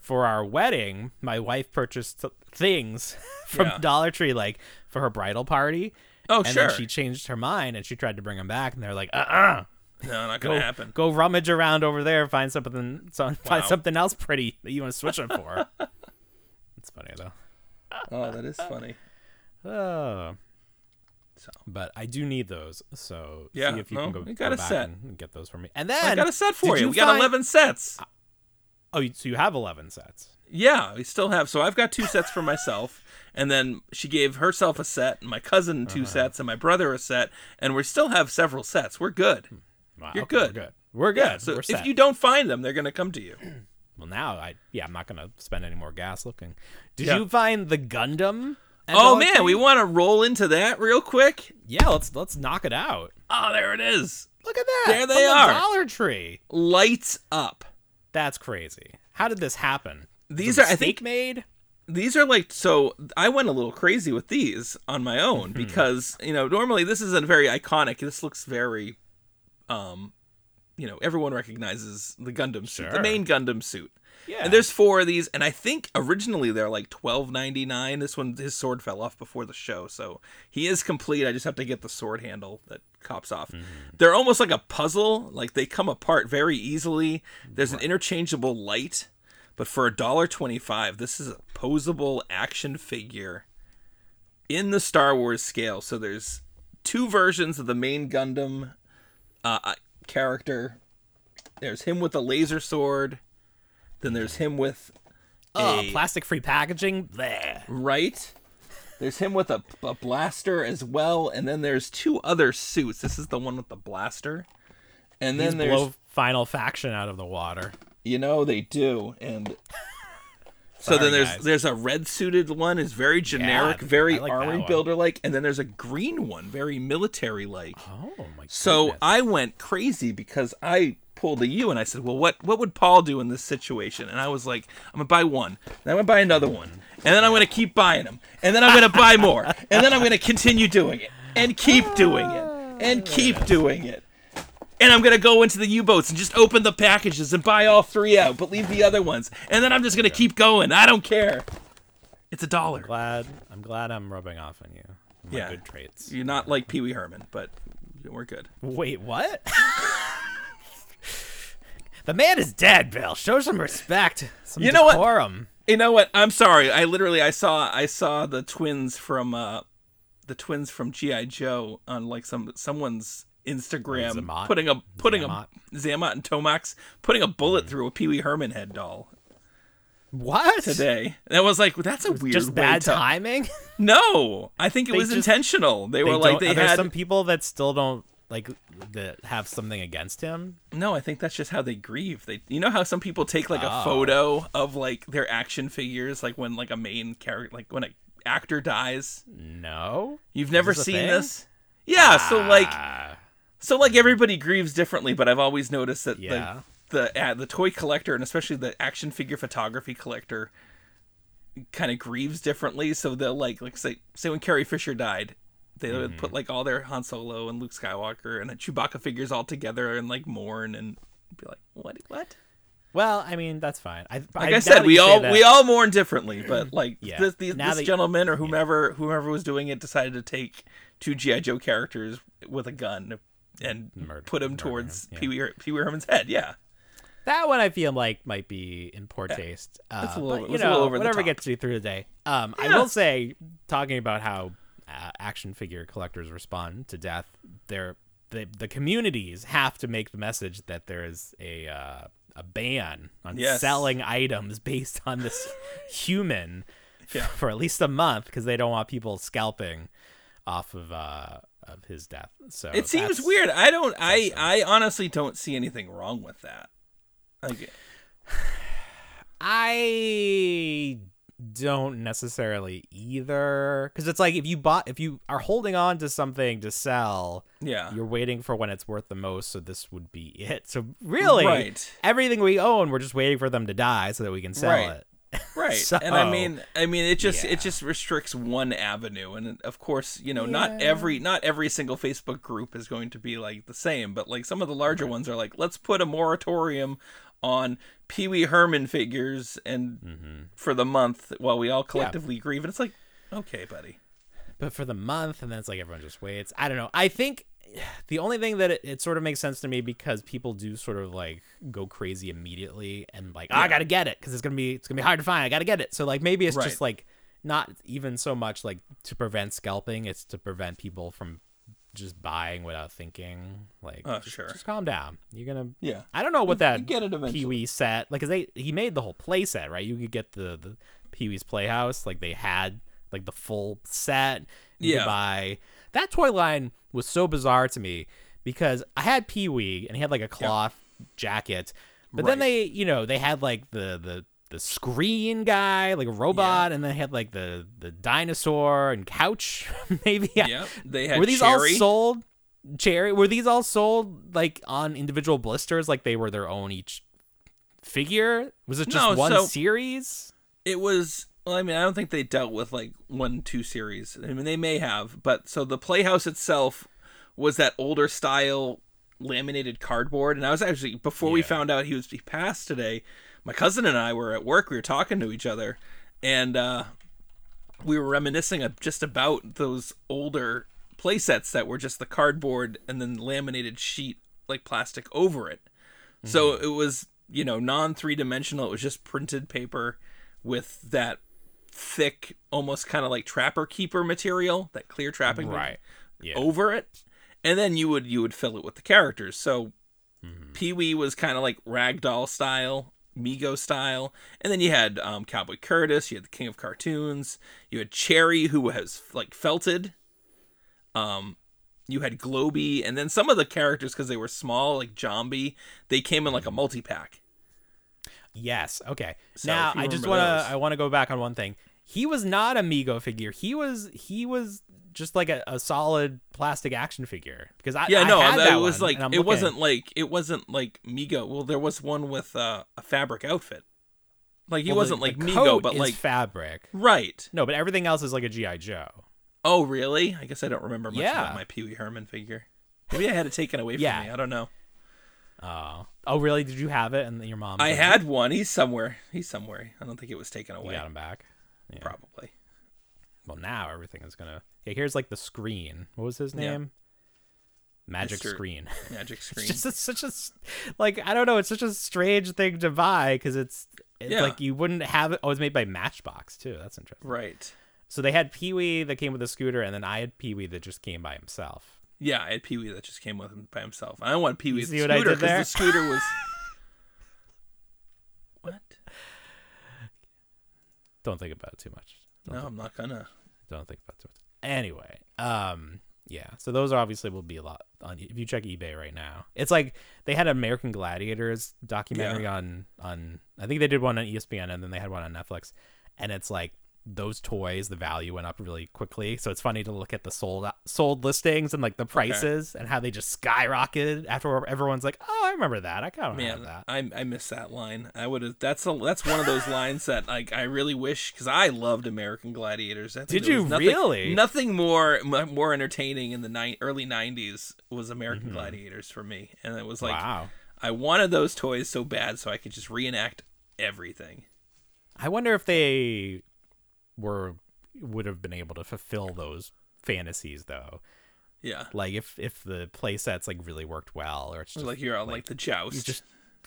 C: for our wedding, my wife purchased th- things from
E: Yeah.
C: Dollar Tree, like for her bridal party.
E: Oh,
C: and
E: sure.
C: Then she changed her mind and she tried to bring them back, and they're like, "Uh, uh
E: No, not
C: Go
E: gonna happen.
C: go rummage around over there, find something, so, find
E: Wow.
C: something else pretty that you want to switch it for. it's funny though.
E: Oh, that is funny.
C: Oh.
E: So.
C: But I do need those, so
E: Yeah,
C: see if you
E: no,
C: can go,
E: we got
C: go
E: a
C: back
E: set.
C: and get those for me. And then
E: I got a set for
C: did
E: you. We got
C: find-
E: eleven sets.
C: Oh, you- so you have eleven sets.
E: Yeah, we still have. So I've got two sets for myself, and then she gave herself a set, and my cousin 2 sets, and my brother a set, and we still have several sets. We're good.
C: Wow,
E: You're
C: okay, we're
E: good.
C: good. We're good.
E: Yeah, so
C: we're
E: if
C: set.
E: you don't find them, they're gonna come to you.
C: well, now I yeah, I'm not gonna spend any more gas looking. Did
E: Yeah.
C: you find the Gundam?
E: Oh
C: envelope
E: man,
C: thing?
E: we want to roll into that real quick.
C: yeah. Let's let's knock it out.
E: Oh, there it is.
C: Look at that.
E: There
C: from
E: they
C: the
E: are.
C: Dollar Tree.
E: Lights up.
C: That's crazy. How did this happen? Was
E: These
C: a
E: are- I
C: mistake
E: think-
C: made.
E: these are like so i went a little crazy with these on my own because you know normally this isn't very iconic this looks very um you know everyone recognizes the gundam suit the
C: Sure.
E: main gundam suit
C: Yeah.
E: and there's four of these and i think originally they're like 12.99 this one his sword fell off before the show so he is complete i just have to get the sword handle that cops off they're almost like a puzzle like they come apart very easily there's an interchangeable light but for a dollar twenty-five, this is a posable action figure in the Star Wars scale. So there's two versions of the main Gundam uh, character. There's him with a laser sword. Then there's him with
C: oh,
E: a
C: plastic free packaging. Bleh.
E: right. There's him with a, a blaster as well, and then there's two other suits. This is the one with the blaster, and
C: These
E: then there's
C: blow final faction out of the water.
E: You know they do, and so
C: Sorry,
E: then there's
C: guys.
E: there's a red suited one is very generic,
C: Yeah, I
E: very
C: like that
E: army
C: one.
E: builder like, and then there's a green one, very military like.
C: Oh my.
E: so
C: goodness.
E: I went crazy because I pulled a U and I said, well, what what would Paul do in this situation? And I was like, I'm gonna buy one, and I'm gonna buy another one, and then I'm gonna keep buying them, and then I'm gonna buy more, and then I'm gonna continue doing it, and keep doing it, and keep doing it and I'm gonna go into the U-boats and just open the packages and buy all three out, but leave the other ones. And then I'm just gonna keep going. I don't care. It's a dollar.
C: glad I'm glad I'm rubbing off on you. My
E: Yeah.
C: good traits.
E: You're not like Pee Wee Herman, but we're good.
C: Wait, what? the man is dead, Bill. Show some respect. Some
E: You know what?
C: decorum.
E: You know what? I'm sorry. I literally I saw I saw the twins from uh the twins from GI Joe on like some someone's Instagram
C: Zammot?
E: putting a putting
C: Zammot?
E: a Zammot and Tomax putting a bullet
C: Hmm.
E: through a Pee Wee Herman head doll
C: What?
E: today. And I was like, that's a weird
C: Just
E: way
C: bad
E: to-
C: timing.
E: No, I think it
C: They
E: was
C: just-
E: intentional. They, were
C: don't-
E: like they
C: are there
E: had
C: some people that still don't like that have something against him.
E: No, I think that's just how they grieve. They, you know how some people take like a
C: Oh.
E: photo of like their action figures, like when like a main character, like when an actor dies.
C: No.
E: You've never
C: this a
E: seen
C: thing?
E: this? Yeah. So like,
C: Ah,
E: so like everybody grieves differently, but I've always noticed that
C: Yeah.
E: the the uh, the toy collector and especially the action figure photography collector kind of grieves differently. So they'll like like say say when Carrie Fisher died. They would
C: Mm-hmm.
E: put like all their Han Solo and Luke Skywalker and the Chewbacca figures all together and like mourn and be like, what? What?
C: well, I mean that's fine. I,
E: like I, said, we all we all mourn differently, but like
C: Mm, Yeah.
E: this these,
C: Now
E: this
C: that-
E: gentleman or whomever whomever was doing it decided to take two GI Joe characters with a gun and
C: Murder-
E: put him
C: murder
E: towards
C: him, yeah.
E: Pee Wee Pee Wee Herman's head. Yeah,
C: That one I feel like might be in poor taste. Uh,
E: a little-
C: but, you
E: it's a
C: know,
E: little over the
C: whatever
E: top.
C: gets you through the day. Um, I
E: Yeah.
C: will say, talking about how uh, action figure collectors respond to death, they're, the the communities have to make the message that there is a uh, a ban on
E: Yes.
C: selling items based on this human
E: Yeah.
C: for at least a month because they don't want people scalping off of uh, of his death. So
E: it seems
C: Oh, that's-
E: weird. I don't. I I honestly don't see anything wrong with that. Like,
C: I don't necessarily either because it's like if you bought if you are holding on to something to sell
E: yeah,
C: you're waiting for when it's worth the most so this would be it so really
E: Right.
C: everything we own we're just waiting for them to die so that we can sell
E: Right.
C: it
E: right.
C: So-
E: and I mean, I mean, it just
C: Yeah.
E: it just restricts one avenue, and of course, you know, not every not every single Facebook group is going to be like the same, but like some of the larger ones are like, let's put a moratorium on Pee Wee Herman figures and
C: Mm-hmm.
E: for the month while we all collectively grieve, and it's like, okay, buddy,
C: but for the month and then it's like everyone just waits i don't know i think the only thing that it, it sort of makes sense to me because people do sort of like go crazy immediately and like "Oh, I gotta get it because it's gonna be it's gonna be hard to find. I gotta get it. So like maybe it's just
E: Right.
C: like not even so much like to prevent scalping. It's to prevent people from just buying without thinking. Like
E: Oh,
C: just,
E: sure.
C: just calm down. You're gonna
E: Yeah.
C: I don't know what
E: You-
C: that
E: you get it eventually.
C: Pee Wee set like 'cause they he made the whole play set right. You could get the the Pee Wee's Playhouse like they had like the full set. You could
E: Yeah.
C: buy that toy line was so bizarre to me because I had Pee Wee and he had like a cloth jacket, but then
E: Right.
C: they you know they had like the the the screen guy like a robot and then they had like the the dinosaur and couch maybe I-
E: Yep. They had
C: were these
E: cherry.
C: all sold cherry were these all sold like on individual blisters like they were their own each figure was it just
E: No,
C: one
E: so-
C: series
E: it was well, I mean, I don't think they dealt with like one, two series. I mean, they may have, but so the Playhouse itself was that older style laminated cardboard. And I was actually before we found out he was he passed today. My cousin and I were at work. We were talking to each other, and uh, we were reminiscing of just about those older play sets that were just the cardboard and then laminated sheet like plastic over it. So it was, you know, non three dimensional. It was just printed paper with that thick, almost kind of like trapper keeper material, that clear trapping ma-
C: Right. Yeah.
E: over it. And then you would you would fill it with the characters. So
C: Mm-hmm.
E: Pee Wee was kind of like ragdoll style, Mego style, and then you had um, Cowboy Curtis, you had the King of Cartoons, you had Cherry who was like felted, um, you had Globy, and then some of the characters because they were small, like Zombie, they came in like
C: Mm-hmm.
E: a multi pack.
C: yes okay
E: So,
C: now
E: if you
C: i just want
E: remember
C: to
E: those.
C: i want to go back on one thing he was not a Mego figure he was he was just like a, a solid plastic action figure because i
E: Yeah,
C: I
E: no,
C: had
E: that
C: that
E: it was
C: one,
E: like
C: and
E: it
C: I'm looking-
E: wasn't like it wasn't like Mego. Well, there was one with uh, a fabric outfit. Like he
C: well, the-
E: wasn't
C: the
E: like
C: coat
E: Mego, but
C: is
E: like
C: fabric
E: right.
C: no but everything else is like a gi joe
E: Oh, really? I guess I don't remember much
C: Yeah.
E: about my Pee Wee Herman figure. Maybe I had it taken away from
C: Yeah.
E: me. I don't know.
C: oh oh really did you have it and your mom
E: I
C: took it?
E: had one. He's somewhere. He's somewhere. I don't think it was taken
C: you
E: away.
C: got him back yeah.
E: Probably.
C: well now everything is gonna yeah here's like the screen what was his
E: Yeah.
C: name magic
E: Mr.
C: screen
E: Magic screen.
C: it's just a, such a s- like i don't know it's such a strange thing to buy because it's it's
E: Yeah.
C: like you wouldn't have it oh it's made by matchbox too that's interesting
E: Right.
C: so they had pee-wee that came with a scooter and then i had pee-wee that just came by himself
E: Yeah, I had Pee Wee that just came with him by himself. I don't want Pee Wee the
C: see what I
E: scooter
C: did
E: because
C: there?
E: the scooter was. what?
C: don't think about it too much don't,
E: No,
C: think,
E: I'm not gonna.
C: don't think about it too much anyway um yeah so those are obviously will be a lot on e, if you check ebay right now it's like they had american gladiators documentary on on i think they did one on E espn and then they had one on netflix and it's like those toys the value went up really quickly so it's funny to look at the sold sold listings and like the prices and how they just skyrocketed after everyone's like oh i remember that i kind of have
E: Man,
C: that
E: I I miss that line. I would have. That's a. That's one of those lines that like I really wish because I loved American Gladiators. I think
C: Did
E: there was
C: you
E: nothing,
C: really?
E: Nothing more m- more entertaining in the ni- early '90s was American Gladiators for me, and it was like
C: Mm-hmm. wow
E: I wanted those toys so bad so I could just reenact everything.
C: I wonder if they were would have been able to fulfill those fantasies though.
E: Yeah,
C: Like if if the playsets like really worked well or it's just
E: like you're on like, the joust.
C: you just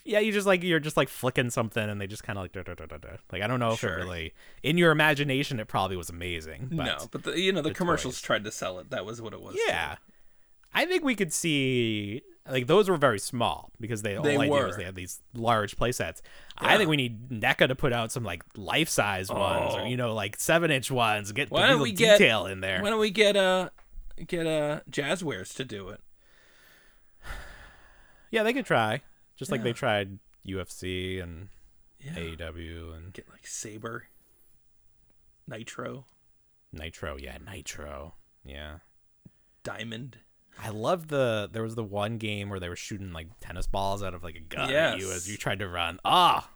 C: yeah, you just like you're just like flicking something and they just kind of like da, da, da, da, da. like I don't know if
E: Sure.
C: it really in your imagination it probably was amazing, but
E: no, but the, you know the,
C: the
E: commercials
C: toys.
E: tried to sell it. That was what it was.
C: yeah. I think we could see like those were very small because they,
E: They
C: all idea was
E: were.
C: they had these large playsets. I think we need NECA to put out some like life size ones or
E: Oh.
C: you know like seven inch ones get
E: Why
C: the
E: don't
C: real
E: we get
C: detail in there.
E: Why don't we get uh get uh Jazzwares to do it?
C: Yeah, they could try. Just like they tried UFC and
E: Yeah.
C: AEW and
E: Get like Saber, Nitro,
C: Nitro. Yeah, Nitro. Yeah.
E: Diamond.
C: I love the there was the one game where they were shooting like tennis balls out of like a gun at you
E: Yes.
C: as you tried to run. Ah,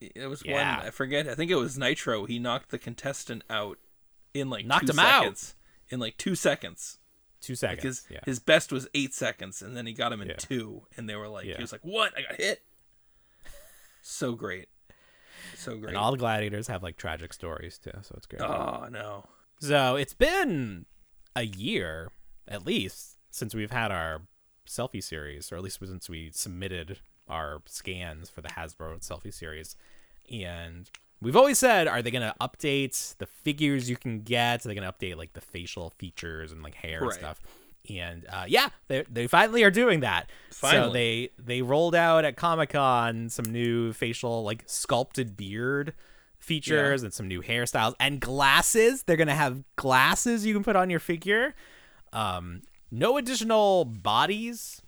E: It was
C: Yeah.
E: one I forget. I think it was Nitro. He knocked the contestant out in like
C: Knocked
E: two
C: him out?
E: seconds. In like two seconds.
C: two
E: Like
C: seconds.
E: his
C: yeah.
E: his best was eight seconds, and then he got him in
C: Yeah.
E: two, and they were like,
C: Yeah.
E: he was like, "What? I got hit." So great, so great.
C: and all the gladiators have like tragic stories too, so
E: Uh-huh.
C: it's great.
E: oh no,
C: So it's been a year at least since we've had our selfie series, or at least since we submitted our scans for the Hasbro selfie series, and we've always said, are they going to update the figures you can get? Are they going to update like the facial features and like hair and
E: Right.
C: stuff? And uh, yeah, they, they finally are doing that. So
E: Finally.
C: they they rolled out at Comic Con some new facial like sculpted beard features and some new hairstyles and glasses. They're gonna have glasses you can put on your figure. Um, no additional bodies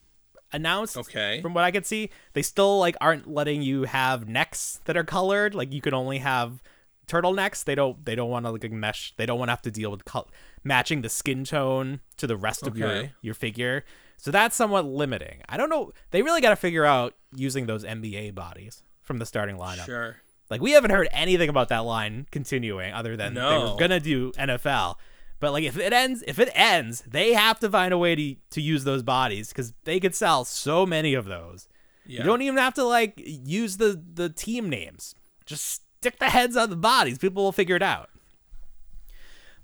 C: announced.
E: Okay.
C: From what I could see, they still like aren't letting you have necks that are colored. Like you can only have turtlenecks. They don't. They don't want to like mesh. They don't want to have to deal with col- matching the skin tone to the rest of your
E: Okay.
C: your figure. So that's somewhat limiting. I don't know. They really got to figure out using those NBA bodies from the starting lineup.
E: Sure.
C: Like we haven't heard anything about that line continuing other than they
E: No.
C: were gonna do NFL. But like if it ends if it ends, they have to find a way to to use those bodies because they could sell so many of those.
E: Yeah.
C: You don't even have to like use the the team names. Just stick the heads on the bodies. People will figure it out.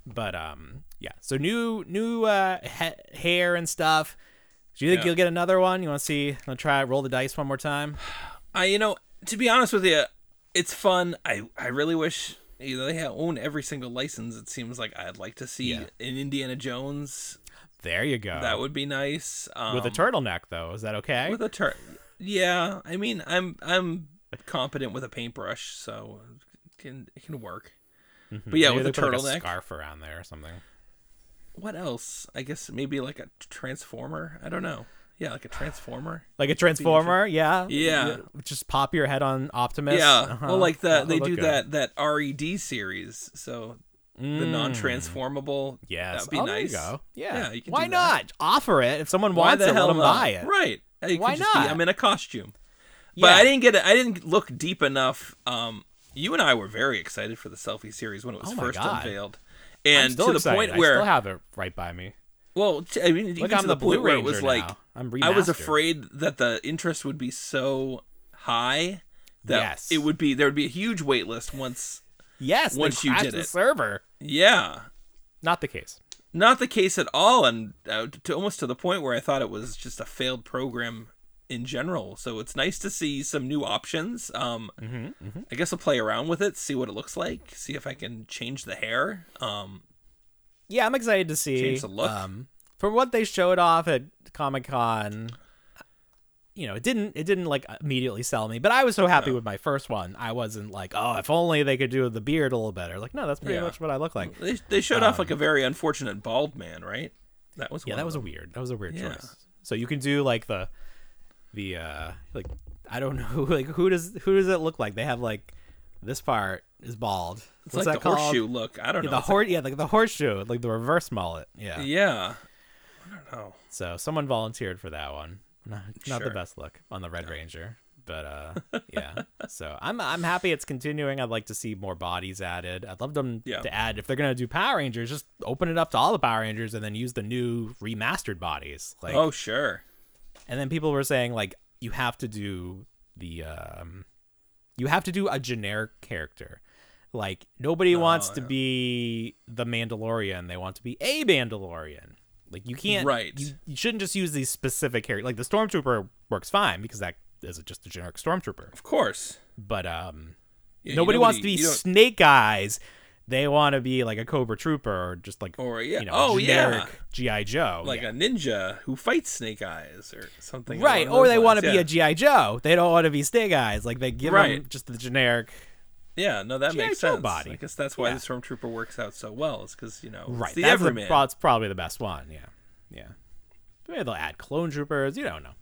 C: But um yeah, so new new uh he- hair and stuff. Do you think
E: Yeah.
C: you'll get another one? You want to see? Want to try roll the dice one more time?
E: I you know to be honest with you, it's fun. I I really wish you know they ha- own every single license. It seems like I'd like to see
C: Yeah.
E: an Indiana Jones.
C: There you go.
E: That would be nice. Um,
C: with a turtleneck though. Is that okay?
E: With a turn. Yeah, I mean I'm I'm competent with a paintbrush, so it can it can work. But yeah,
C: Mm-hmm. Maybe
E: with a
C: they put, like,
E: turtleneck.
C: scarf around there or something.
E: what else? I guess maybe like a transformer. I don't know. Yeah, like a transformer.
C: Like a transformer, yeah,
E: Yeah.
C: Just pop your head on Optimus.
E: Yeah,
C: Uh-huh.
E: well, like
C: That'll
E: that they
C: look
E: do
C: good.
E: that that RED series, so the
C: Mm.
E: non-transformable.
C: Yes,
E: that'd be
C: oh,
E: nice.
C: There you go. Yeah,
E: Yeah, you can
C: why
E: do that.
C: not offer it if someone
E: Why
C: wants
E: the
C: it?
E: hell
C: let them
E: not?
C: buy it.
E: Right. I could
C: Why
E: just be-
C: not?
E: I'm in a costume, but
C: Yeah.
E: I didn't get it. I didn't look deep enough. Um, you and I were very excited for the selfie series when it was
C: Oh my
E: first
C: God.
E: unveiled,
C: I'm
E: and
C: still
E: to the
C: excited.
E: point
C: I
E: where
C: still have it right by me.
E: Well, t- I mean, even
C: I'm
E: to the,
C: the Blue
E: point where it was
C: Ranger
E: like
C: now. I'm
E: I was
C: remastered.
E: afraid that the interest would be so high that
C: Yes.
E: it would be there would be a huge wait list once.
C: Yes, they
E: Once you
C: crashed
E: did
C: the
E: it.
C: server.
E: Yeah,
C: Not the case.
E: not the case at all, and uh, to almost to the point where I thought it was just a failed program in general. So it's nice to see some new options. Um,
C: Mm-hmm,
E: I guess I'll play around with it, see what it looks like, see if I can change the hair. Um,
C: Yeah, I'm excited to see.
E: Change the look.
C: Um, from what they showed off at Comic Con, you know, it didn't it didn't like immediately sell me. But I was so happy with my first one. I wasn't like, oh, if only they could do the beard a little better. Like, no, that's pretty
E: Yeah.
C: much what I look like.
E: they they showed off like a very unfortunate bald man, right? That was
C: Um, Yeah,
E: one
C: that
E: of
C: was a
E: them.
C: weird. That was a weird
E: Yeah.
C: choice. So you can do like the the uh like I don't know like who does who does it look like? They have like this part is bald.
E: It's
C: What's that
E: like the
C: called?
E: horseshoe look. I don't
C: Yeah,
E: know.
C: the
E: It's like-
C: hor- yeah, like the horseshoe, like the reverse mullet. Yeah.
E: Yeah. I don't know.
C: So someone volunteered for that one. Not, not the
E: Sure.
C: best look on the Red Ranger, but uh, yeah. So I'm I'm happy it's continuing. I'd like to see more bodies added. I'd love them
E: Yeah.
C: to add if they're gonna do Power Rangers, just open it up to all the Power Rangers and then use the new remastered bodies. Like,
E: oh, sure.
C: and then people were saying like you have to do the um, you have to do a generic character. Like
E: Oh,
C: nobody wants to be the Mandalorian; they want to be a Mandalorian. Like you can't,
E: Right.
C: You, you shouldn't just use these specific characters. Like the stormtrooper works fine because that is just a generic stormtrooper.
E: Of course.
C: But um,
E: Yeah, you-
C: nobody wants to be
E: you don't-
C: Snake Eyes. They want to be like a Cobra Trooper or just like
E: Or, yeah.
C: you know,
E: Oh, yeah.
C: generic GI Joe,
E: like
C: Yeah.
E: a ninja who fights Snake Eyes or something.
C: right?
E: along
C: Or they
E: those
C: want to
E: lines.
C: be a GI Joe. They don't want to be Snake Eyes. Like they give them
E: Right.
C: just the generic
E: yeah. Yeah, no, that
C: G.I.
E: makes
C: Joe
E: sense.
C: body.
E: I guess that's why
C: Yeah.
E: the stormtrooper works out so well. Is because you know
C: Right.
E: it's the
C: That's the-
E: everyman.
C: pro- it's probably the best one. Yeah. Yeah. Maybe they'll add clone troopers. You don't know.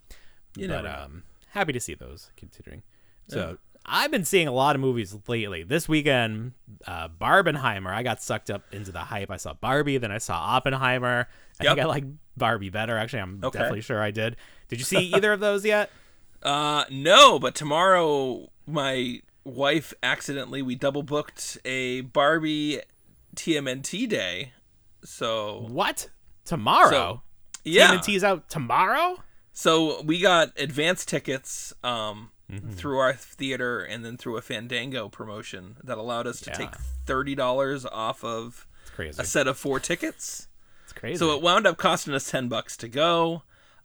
E: You
C: but
E: never know.
C: um, happy to see those continuing. So I've been seeing a lot of movies lately. This weekend, uh, Barbenheimer. I got sucked up into the hype. I saw Barbie, then I saw Oppenheimer. I think
E: Yep.
C: I like Barbie better. Actually, I'm
E: Okay.
C: definitely sure I did. Did you see either of those yet?
E: Uh, no, but tomorrow my wife accidentally we double booked a Barbie TMNT day. So
C: What? Tomorrow?
E: yeah,
C: TMNT's out tomorrow?
E: So we got advance tickets um,
C: Mm-hmm.
E: through our theater and then through a Fandango promotion that allowed us to
C: Yeah.
E: take thirty dollars off of
C: It's crazy.
E: a set of four tickets.
C: It's crazy.
E: So it wound up costing us ten bucks to go.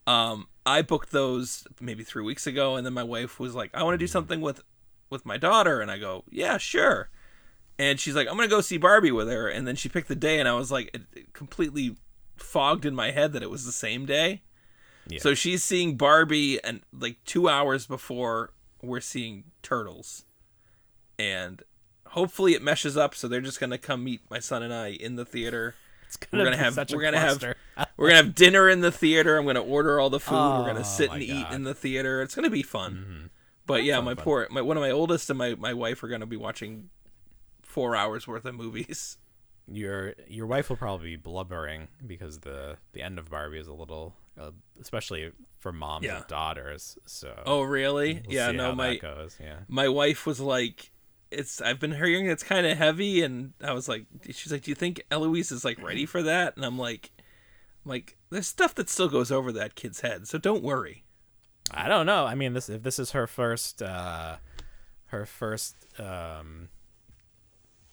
E: Um, I booked those maybe three weeks ago, and then my wife was like, "I want to do
C: Mm.
E: something with with my daughter," and I go, "Yeah, sure." And she's like, "I'm gonna go see Barbie with her," and then she picked the day, and I was like, it, it completely fogged in my head that it was the same day.
C: Yeah.
E: So she's seeing Barbie, and like two hours before we're seeing Turtles, and hopefully it meshes up. So they're just gonna come meet my son and I in the theater we're gonna
C: be
E: have
C: such a
E: we're gonna have
C: cluster.
E: we're gonna have dinner in the theater. I'm gonna order all the food. we're
C: Oh,
E: gonna sit
C: my
E: and
C: God. Mm-hmm.
E: eat in the theater. It's gonna be fun. But yeah, my poor my one of my oldest and my my wife are gonna be watching four hours worth of movies.
C: your your wife will probably be blubbering because the the end of Barbie is a little, uh, especially for moms
E: Yeah.
C: and daughters. So
E: Oh really?
C: we'll
E: yeah.
C: see
E: No,
C: how
E: my
C: that goes. Yeah,
E: my wife was like, "It's I've been hearing it's kind of heavy," and I was like, "She's like, do you think Eloise is like ready for that?" And I'm like, I'm "Like there's stuff that still goes over that kid's head, so don't worry."
C: I don't know. I mean, this if this is her first uh, her first um,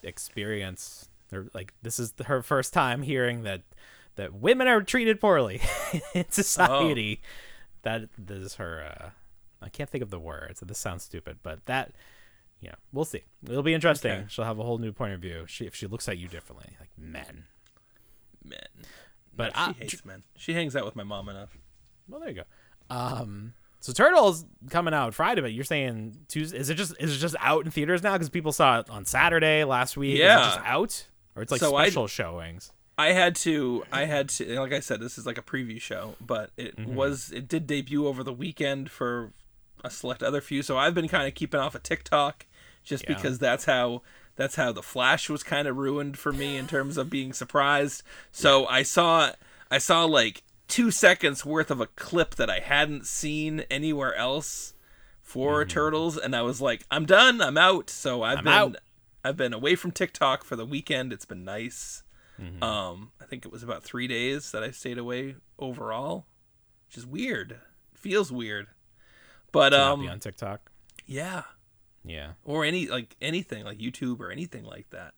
C: experience, or like this is her first time hearing that that women are treated poorly in society.
E: Oh.
C: That this is her. Uh, I can't think of the words. This sounds stupid, but that yeah, we'll see. It'll be interesting.
E: Okay.
C: She'll have a whole new point of view. She if she looks at you differently, like men.
E: Man,
C: But
E: she
C: I,
E: hates men. She hangs out with my mom enough.
C: Well, there you go. Um, so Turtles coming out Friday, but you're saying Tuesday? Is it just is it just out in theaters now? Because people saw it on Saturday last week. Is it
E: Yeah.
C: just out or it's like
E: So I-
C: special showings.
E: I had to. I had to. Like I said, this is like a preview show, but it
C: Mm-hmm.
E: was. It did debut over the weekend for a select other few. So I've been kind of keeping off of TikTok, just
C: Yeah.
E: because that's how that's how the Flash was kind of ruined for me in terms of being surprised. So I saw. I saw like two seconds worth of a clip that I hadn't seen anywhere else for
C: Mm-hmm.
E: Turtles, and I was like, I'm done. I'm out. So I've been.
C: out.
E: I've been away from TikTok for the weekend. It's been nice.
C: Hmm.
E: Um, I think it was about three days that I stayed away overall, which is weird. Feels weird, but
C: To not be
E: um,
C: on TikTok.
E: yeah,
C: Yeah.
E: or any like anything like YouTube or anything like that.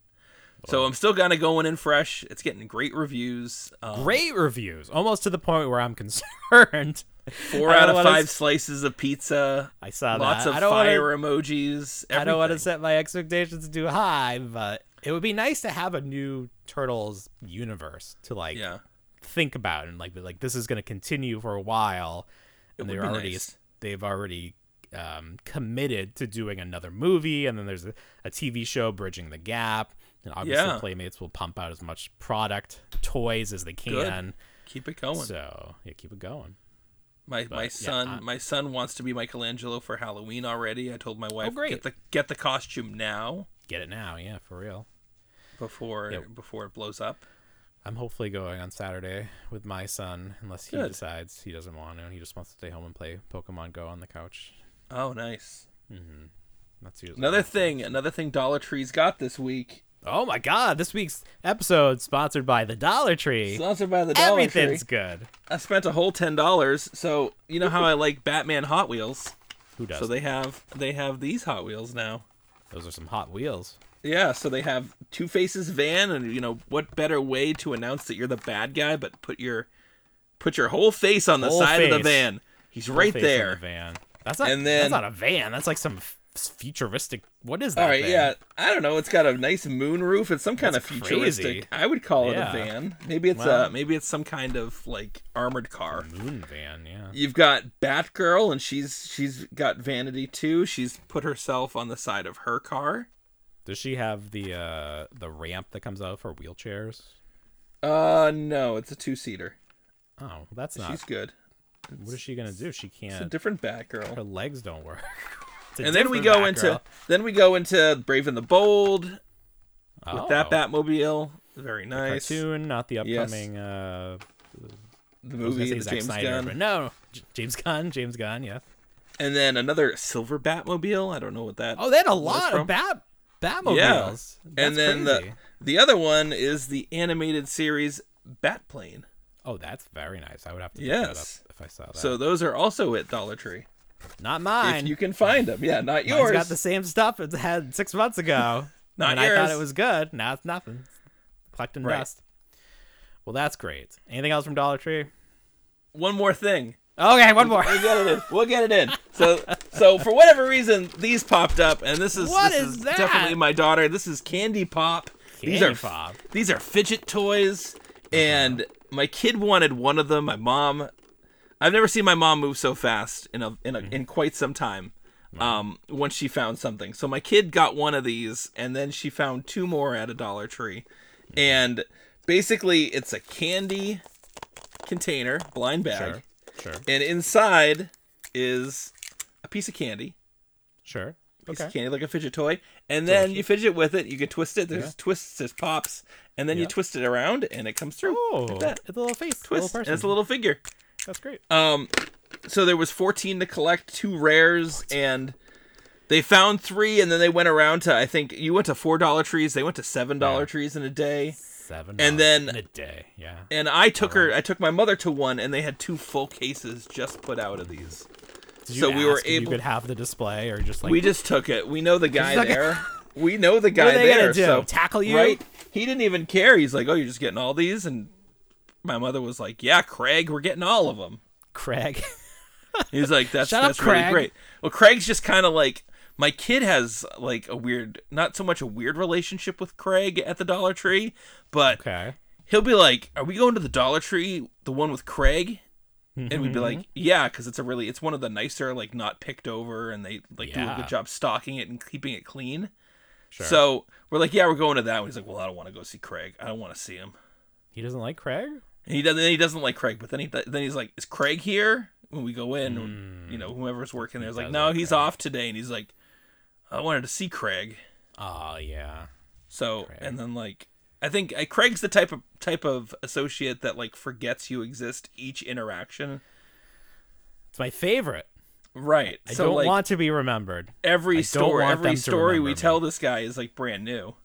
E: So I'm still kind of going in fresh. It's getting great reviews. Um,
C: Great reviews, almost to the point where I'm concerned.
E: Four
C: I don't
E: out of
C: wanna
E: five
C: s-
E: slices of pizza.
C: I saw
E: lots
C: that.
E: of
C: I don't wanna-
E: fire emojis.
C: I don't want to
E: everything.
C: set my expectations too high, but it would be nice to have a new Turtles universe to like
E: Yeah.
C: think about and like be like this is going to continue for a while and
E: would
C: they're
E: be
C: already
E: nice.
C: they've already um, committed to doing another movie and then there's a, a TV show bridging the gap and obviously
E: Yeah.
C: Playmates will pump out as much product toys as they can
E: Keep it going.
C: so yeah keep it going
E: My my
C: yeah,
E: son
C: I-
E: my son wants to be Michelangelo for Halloween already. I told my wife
C: Oh, great.
E: get the get the costume now
C: get it now yeah for real
E: before
C: Yeah.
E: before it blows up.
C: I'm hopefully going on Saturday with my son unless he
E: Good.
C: decides he doesn't want to and he just wants to stay home and play Pokemon Go on the couch
E: Oh, nice.
C: that's usually
E: Another thing, another thing Dollar Tree's got this week,
C: oh my god this week's episode sponsored by the Dollar Tree
E: sponsored by the Dollar
C: everything's
E: Tree.
C: good
E: I spent a whole ten dollars. So you know how I like Batman Hot Wheels.
C: Who does?
E: So they have they have these Hot Wheels now.
C: Those are some Hot Wheels.
E: Yeah, so they have Two Faces van, and you know what better way to announce that you're the bad guy, but put your put your whole face on the
C: Whole
E: side of
C: face.
E: the van. He's right
C: Full face in
E: there.
C: the van. That's not.
E: And
C: that's
E: then-
C: not a van. That's like some f- futuristic. What is that?
E: All right,
C: thing?
E: yeah. I don't know. It's got a nice moon roof. It's some kind
C: That's
E: of futuristic.
C: crazy.
E: I would call
C: Yeah.
E: it a van. Maybe it's
C: Wow.
E: a maybe it's some kind of like armored car.
C: Moon van. Yeah.
E: You've got Batgirl, and she's she's got vanity too. She's put herself on the side of her car.
C: Does she have the uh the ramp that comes out for wheelchairs?
E: Uh, no, it's a two seater.
C: Oh, that's not.
E: She's good.
C: What is she gonna do? She
E: It's a
C: can't.
E: different Batgirl.
C: Her legs don't work. It's a
E: and then we go
C: different
E: into
C: Batgirl.
E: then we go into Brave and the Bold with
C: oh,
E: that Batmobile. Very nice.
C: cartoon, not the
E: Yes.
C: upcoming. Uh, I
E: The
C: was gonna
E: movie,
C: say
E: the
C: Zack
E: James
C: Snyder,
E: Gunn.
C: but no, J- James Gunn, James Gunn, yeah.
E: And then another silver Batmobile. I don't know what that.
C: Oh, they had a
E: was
C: lot
E: from.
C: of Bat Batmobiles.
E: Yeah.
C: That's
E: and then
C: crazy.
E: the the other one is the animated series Batplane.
C: Oh, that's very nice. I would have to pick
E: Yes.
C: that up if I saw that.
E: So those are also at Dollar Tree.
C: not mine.
E: If you can find them, yeah, not
C: Mine's
E: yours.
C: got the same stuff it had six months ago.
E: Not
C: and I thought
E: yours.
C: it was good. Now it's nothing. It's Collecting
E: Right.
C: dust. Well, that's great. Anything else from Dollar Tree?
E: One more thing.
C: Okay, one more.
E: We'll get it in. We'll get it in. So, so for whatever reason, these popped up, and this is
C: What
E: this
C: is that?
E: definitely my daughter. This is Candy Pop. these
C: Candy
E: are
C: Pop.
E: these are fidget toys, and my kid wanted one of them. My mom, I've never seen my mom move so fast in a in a,
C: Mm-hmm.
E: in quite some time. Um, once she found something, so my kid got one of these, and then she found two more at a Dollar Tree,
C: Mm.
E: and basically it's a candy container, blind bag
C: Sure. Sure.
E: and inside is a piece of candy,
C: Sure.
E: piece
C: Okay.
E: of candy like a fidget toy, and then you fidget with it. You can twist it. There's twists, there's pops, and then you
C: Yeah.
E: twist it around, and it comes through.
C: Oh,
E: like that.
C: it's a little face. a
E: twist.
C: Little
E: and
C: person.
E: it's a little figure.
C: That's great.
E: Um, so there was 14 to collect, two rares, and they found three, and then they went around to I think you went to four dollar trees. They went to seven dollar trees in a day.
C: Seven.
E: and then-
C: in a day. Yeah.
E: And I took her, I took my mother to one, and they had two full cases just put out of these.
C: Did you
E: so we were
C: ask if You
E: able-
C: could have the display or just like
E: we just took it. We know the guy
C: like-
E: there. we know the guy
C: are they
E: there.
C: gonna do?
E: So,
C: Tackle you?
E: Right? He didn't even care. He's like, "Oh, you're just getting all these." And my mother was like, "Yeah, Craig, we're getting all of them."
C: Craig.
E: He's like, "That's
C: Shut up,
E: that's really
C: Craig.
E: great." Well, Craig's just kind of like my kid has like a weird, not so much a weird relationship with Craig at the Dollar Tree, but
C: okay.
E: he'll be like, "Are we going to the Dollar Tree, the one with Craig?" And
C: Mm-hmm.
E: we'd be like, "Yeah," because it's a really, it's one of the nicer, like not picked over, and they like do a
C: Yeah.
E: good job stocking it and keeping it clean.
C: Sure.
E: So we're like, "Yeah, we're going to that." one." He's like, "Well, I don't want to go see Craig. I don't want to see him."
C: he doesn't like Craig.
E: And he doesn't. Then he doesn't like Craig. But then he then he's like, "Is Craig here?" When we go in, you
C: Mm.
E: know, whoever's working there is like,
C: does
E: "No,
C: like
E: he's off today." And he's like, "I wanted to see Craig."
C: Oh yeah.
E: So and then like I think I, Craig's the type of type of associate that like forgets you exist each interaction.
C: It's my favorite.
E: Right.
C: I
E: so
C: don't
E: like
C: want to be remembered.
E: every
C: don't
E: story
C: want them
E: every
C: to
E: story we
C: remember me.
E: tell this guy is like brand new.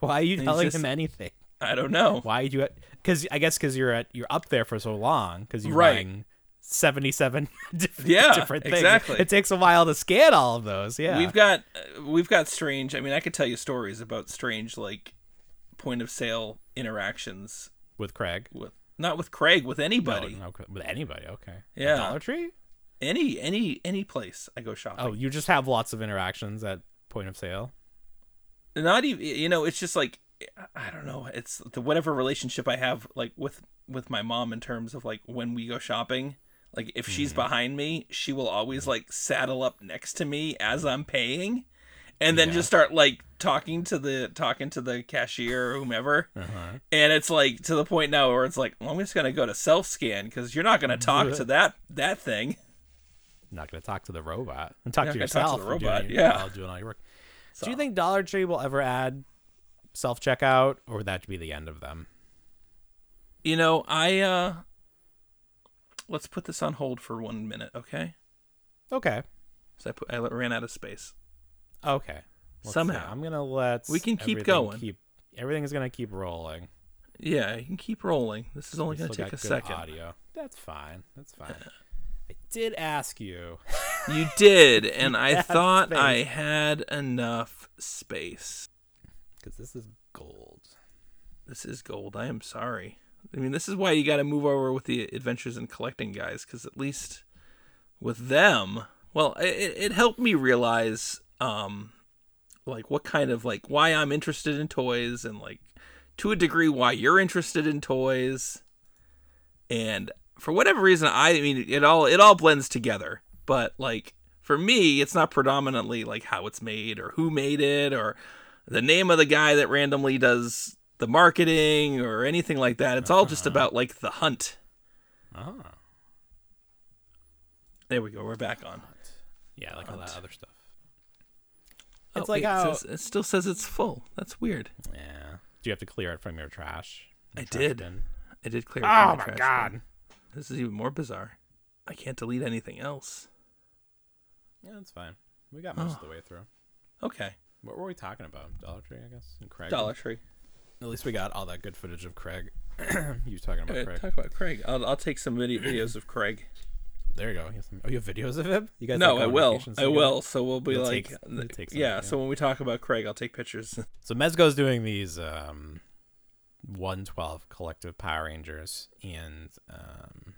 C: Why are you
E: he's
C: telling
E: just-
C: him anything?
E: I don't know.
C: Why you? Because I guess because you're at you're up there for so long because you're
E: Right.
C: running seventy-seven different,
E: Yeah,
C: different things.
E: exactly.
C: It takes a while to scan all of those. Yeah,
E: We've got uh, we've got strange. I mean, I could tell you stories about strange like point of sale interactions
C: with Craig.
E: with not with Craig with anybody.
C: No, no, with anybody. Okay. At
E: Yeah.
C: Dollar Tree.
E: Any any any place I go
C: Oh,
E: shopping.
C: you just have lots of interactions at point of sale.
E: Not even you know, it's just like I don't know. It's the whatever relationship I have like with with my mom in terms of like when we go shopping. Like if she's behind me, she will always like saddle up next to me as I'm paying. And then just start like talking to the talking to the cashier or whomever, and it's like to the point now where it's like well, I'm just gonna go to self scan because you're not gonna talk to that that thing.
C: not going to talk to the robot and talk
E: You're
C: to
E: not gonna
C: yourself.
E: talk to the
C: for doing
E: robot,
C: your-
E: yeah.
C: while doing all your work. Do you think Dollar Tree will ever add self checkout, or would that be the end of them?
E: You know, I uh let's put this on hold for one minute, okay?
C: Okay.
E: So I put I ran out of space.
C: Okay. see.
E: Somehow.
C: I'm gonna let
E: We can keep
C: everything
E: going.
C: Keep everything is gonna keep rolling.
E: Yeah, you can keep rolling. This is only
C: We
E: going to
C: still
E: take a
C: got good
E: second.
C: Audio. That's fine. That's fine. I did ask you.
E: You did, and I
C: have
E: thought
C: space.
E: I had enough space.
C: because this is gold.
E: This is gold. I am sorry. I mean, this is why you got to move over with the adventures in collecting guys, because at least with them, well, it, it it helped me realize, um, like what kind of like why I'm interested in toys, and like to a degree why you're interested in toys, and for whatever reason, I, I mean, it all it all blends together. But like for me, it's not predominantly like how it's made or who made it or the name of the guy that randomly does the marketing or anything like that. It's all just
C: Uh-huh.
E: about like the hunt.
C: Oh.
E: There we go. We're back on.
C: Yeah, like all that other stuff.
E: Oh,
C: It's like
E: wait, it,
C: how.
E: says- it still says it's full. That's weird.
C: yeah. Do you have to clear it from your trash?
E: I
C: Trash
E: did.
C: bin?
E: I did clear. it from
C: Oh my
E: trash
C: god.
E: bin. This is even more bizarre. I can't delete anything else.
C: Yeah, that's fine. We got most of
E: Ah.
C: the way through.
E: Okay.
C: What were we talking about? Dollar Tree, I guess. And Craig.
E: Dollar Tree.
C: At least we got all that good footage of Craig. you talking
E: Uh,
C: about Craig?
E: Talk about Craig. I'll, I'll take some video- videos of Craig.
C: There you go. You have some- Oh, you have videos of him? You guys? like,
E: no, I
C: go on
E: will.
C: vacations
E: I
C: together?
E: will. So we'll be
C: You'll
E: like,
C: take- you'll take some,
E: yeah,
C: yeah.
E: So when we talk about Craig, I'll take pictures.
C: So Mezco's doing these um, 112 collective Power Rangers, and um,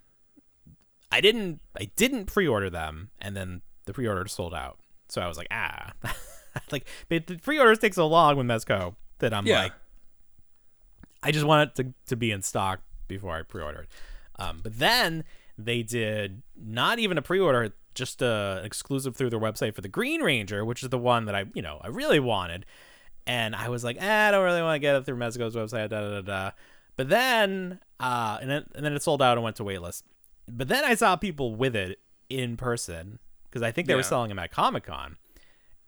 C: I didn't I didn't pre-order them, and then the pre-order sold out. So I was like, ah, like the the pre-orders take so long with Mezco that I'm
E: Yeah.
C: like, I just want it to, to be in stock before I pre-order it. Um, but then they did not even a pre-order, just a, an exclusive through their website for the Green Ranger, which is the one that I, you know, I really wanted. And I was like, eh, I don't really want to get it through Mezco's website, da da da da. But then, uh, and then, and then it sold out and went to waitlist. But then I saw people with it in person because I think they were
E: Yeah.
C: selling them at Comic Con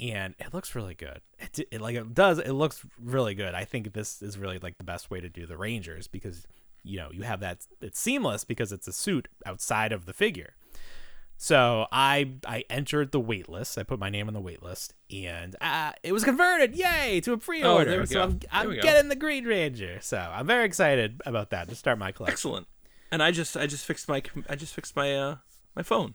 C: and it looks really good. It, d- it like it does. It looks really good. I think this is really like the best way to do the Rangers because you know you have that it's seamless because it's a suit outside of the figure. So I I entered the wait list. I put my name on the wait list, and uh, it was converted. Yay to a
E: Oh, there
C: pre-order.
E: we
C: so
E: go.
C: I'm,
E: There
C: I'm
E: we go.
C: getting the Green Ranger. So I'm very excited about that to start my collection.
E: Excellent. And I just I just fixed my com- I just fixed my uh my phone.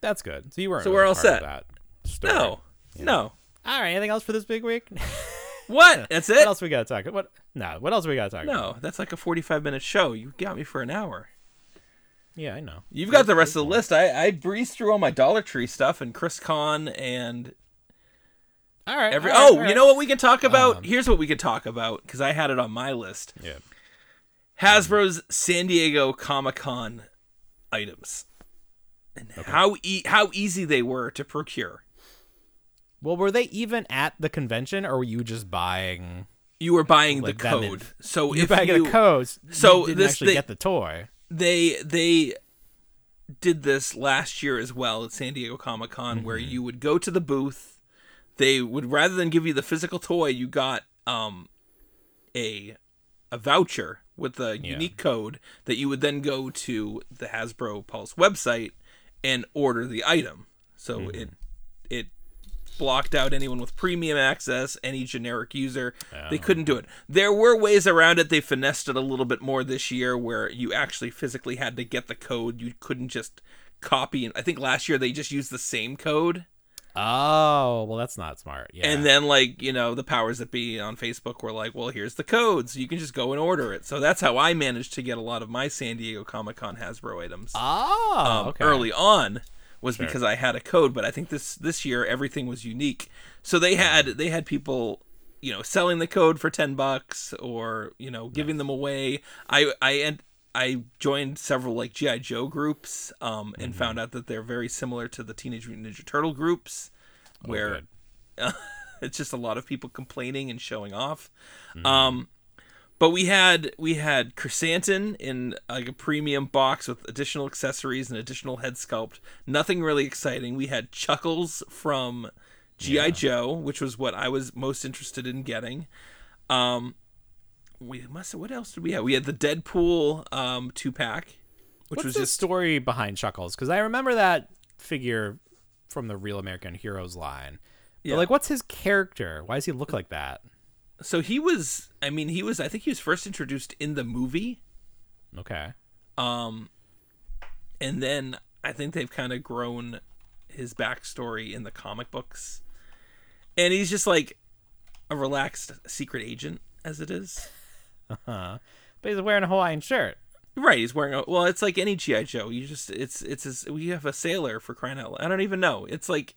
C: That's good. So you weren't.
E: So
C: really
E: we're all
C: part of
E: set.
C: That story.
E: No. No.
C: All right. Anything else for this big week?
E: What? That's
C: what
E: it?
C: else we gotta talk? What? No. What else we gotta talk? about?
E: No, that's like a 45 minute show. You got me for an hour.
C: Yeah, I know.
E: You've got the rest of the list. I, I breezed through all my Dollar Tree stuff and Chris Kahn and
C: All right.
E: every.
C: all right,
E: oh,
C: all
E: you
C: right.
E: know what we can talk
C: Um,
E: about? Here's what we can talk about because I had it on my list
C: Yeah.
E: Hasbro's San Diego Comic Con items. And how, e- how easy they were to procure.
C: Well, were they even at the convention, or were you just buying?
E: You were buying
C: Like
E: the
C: them in-
E: code. so
C: You're
E: if
C: buying
E: you,
C: the codes.
E: so
C: you didn't
E: this
C: actually
E: thing-
C: get the toy.
E: they they did this last year as well at San Diego Comic Con, where you would go to the booth. They would rather than give you the physical toy, you got um a a voucher with a unique code that you would then go to the Hasbro Pulse website and order the item. So it it blocked out anyone with premium access, any generic user. They couldn't do it. There were ways around it. They finessed it a little bit more this year where you actually physically had to get the code. You couldn't just copy. I think last year they just used the same code.
C: Oh, well, that's not smart. Yeah.
E: And then, like, you know, the powers that be on Facebook were like, well, here's the code. So you can just go and order it. So that's how I managed to get a lot of my San Diego Comic Con Hasbro items
C: oh,
E: um,
C: okay.
E: early on was because I had a code, but I think this this year everything was unique. So they had they had people, you know, selling the code for ten bucks or you know giving them away. I I and I joined several like GI Joe groups um,
C: Mm-hmm.
E: and found out that they're very similar to the Teenage Mutant Ninja Turtle groups, where
C: Oh, good.
E: it's just a lot of people complaining and showing off.
C: Mm-hmm.
E: Um, but we had we had chrysanthemum in like a premium box with additional accessories and additional head sculpt. Nothing really exciting. We had Chuckles from GI Joe, which was what I was most interested in getting. Um, we must. What else did we have? We had the Deadpool um, two pack, which
C: What's
E: was
C: the
E: just
C: story behind Chuckles? Because I remember that figure from the Real American Heroes line. But
E: Yeah.
C: like, what's his character? Why does he look like that?
E: so he was. I mean, he was. I think he was first introduced in the movie.
C: Okay.
E: and then I think they've kind of grown his backstory in the comic books, and he's just like a relaxed secret agent as it is.
C: But he's wearing a Hawaiian shirt.
E: Right, he's wearing a well. It's like any GI Joe. You just it's it's as we have a sailor for crying out. loud. I don't even know. It's like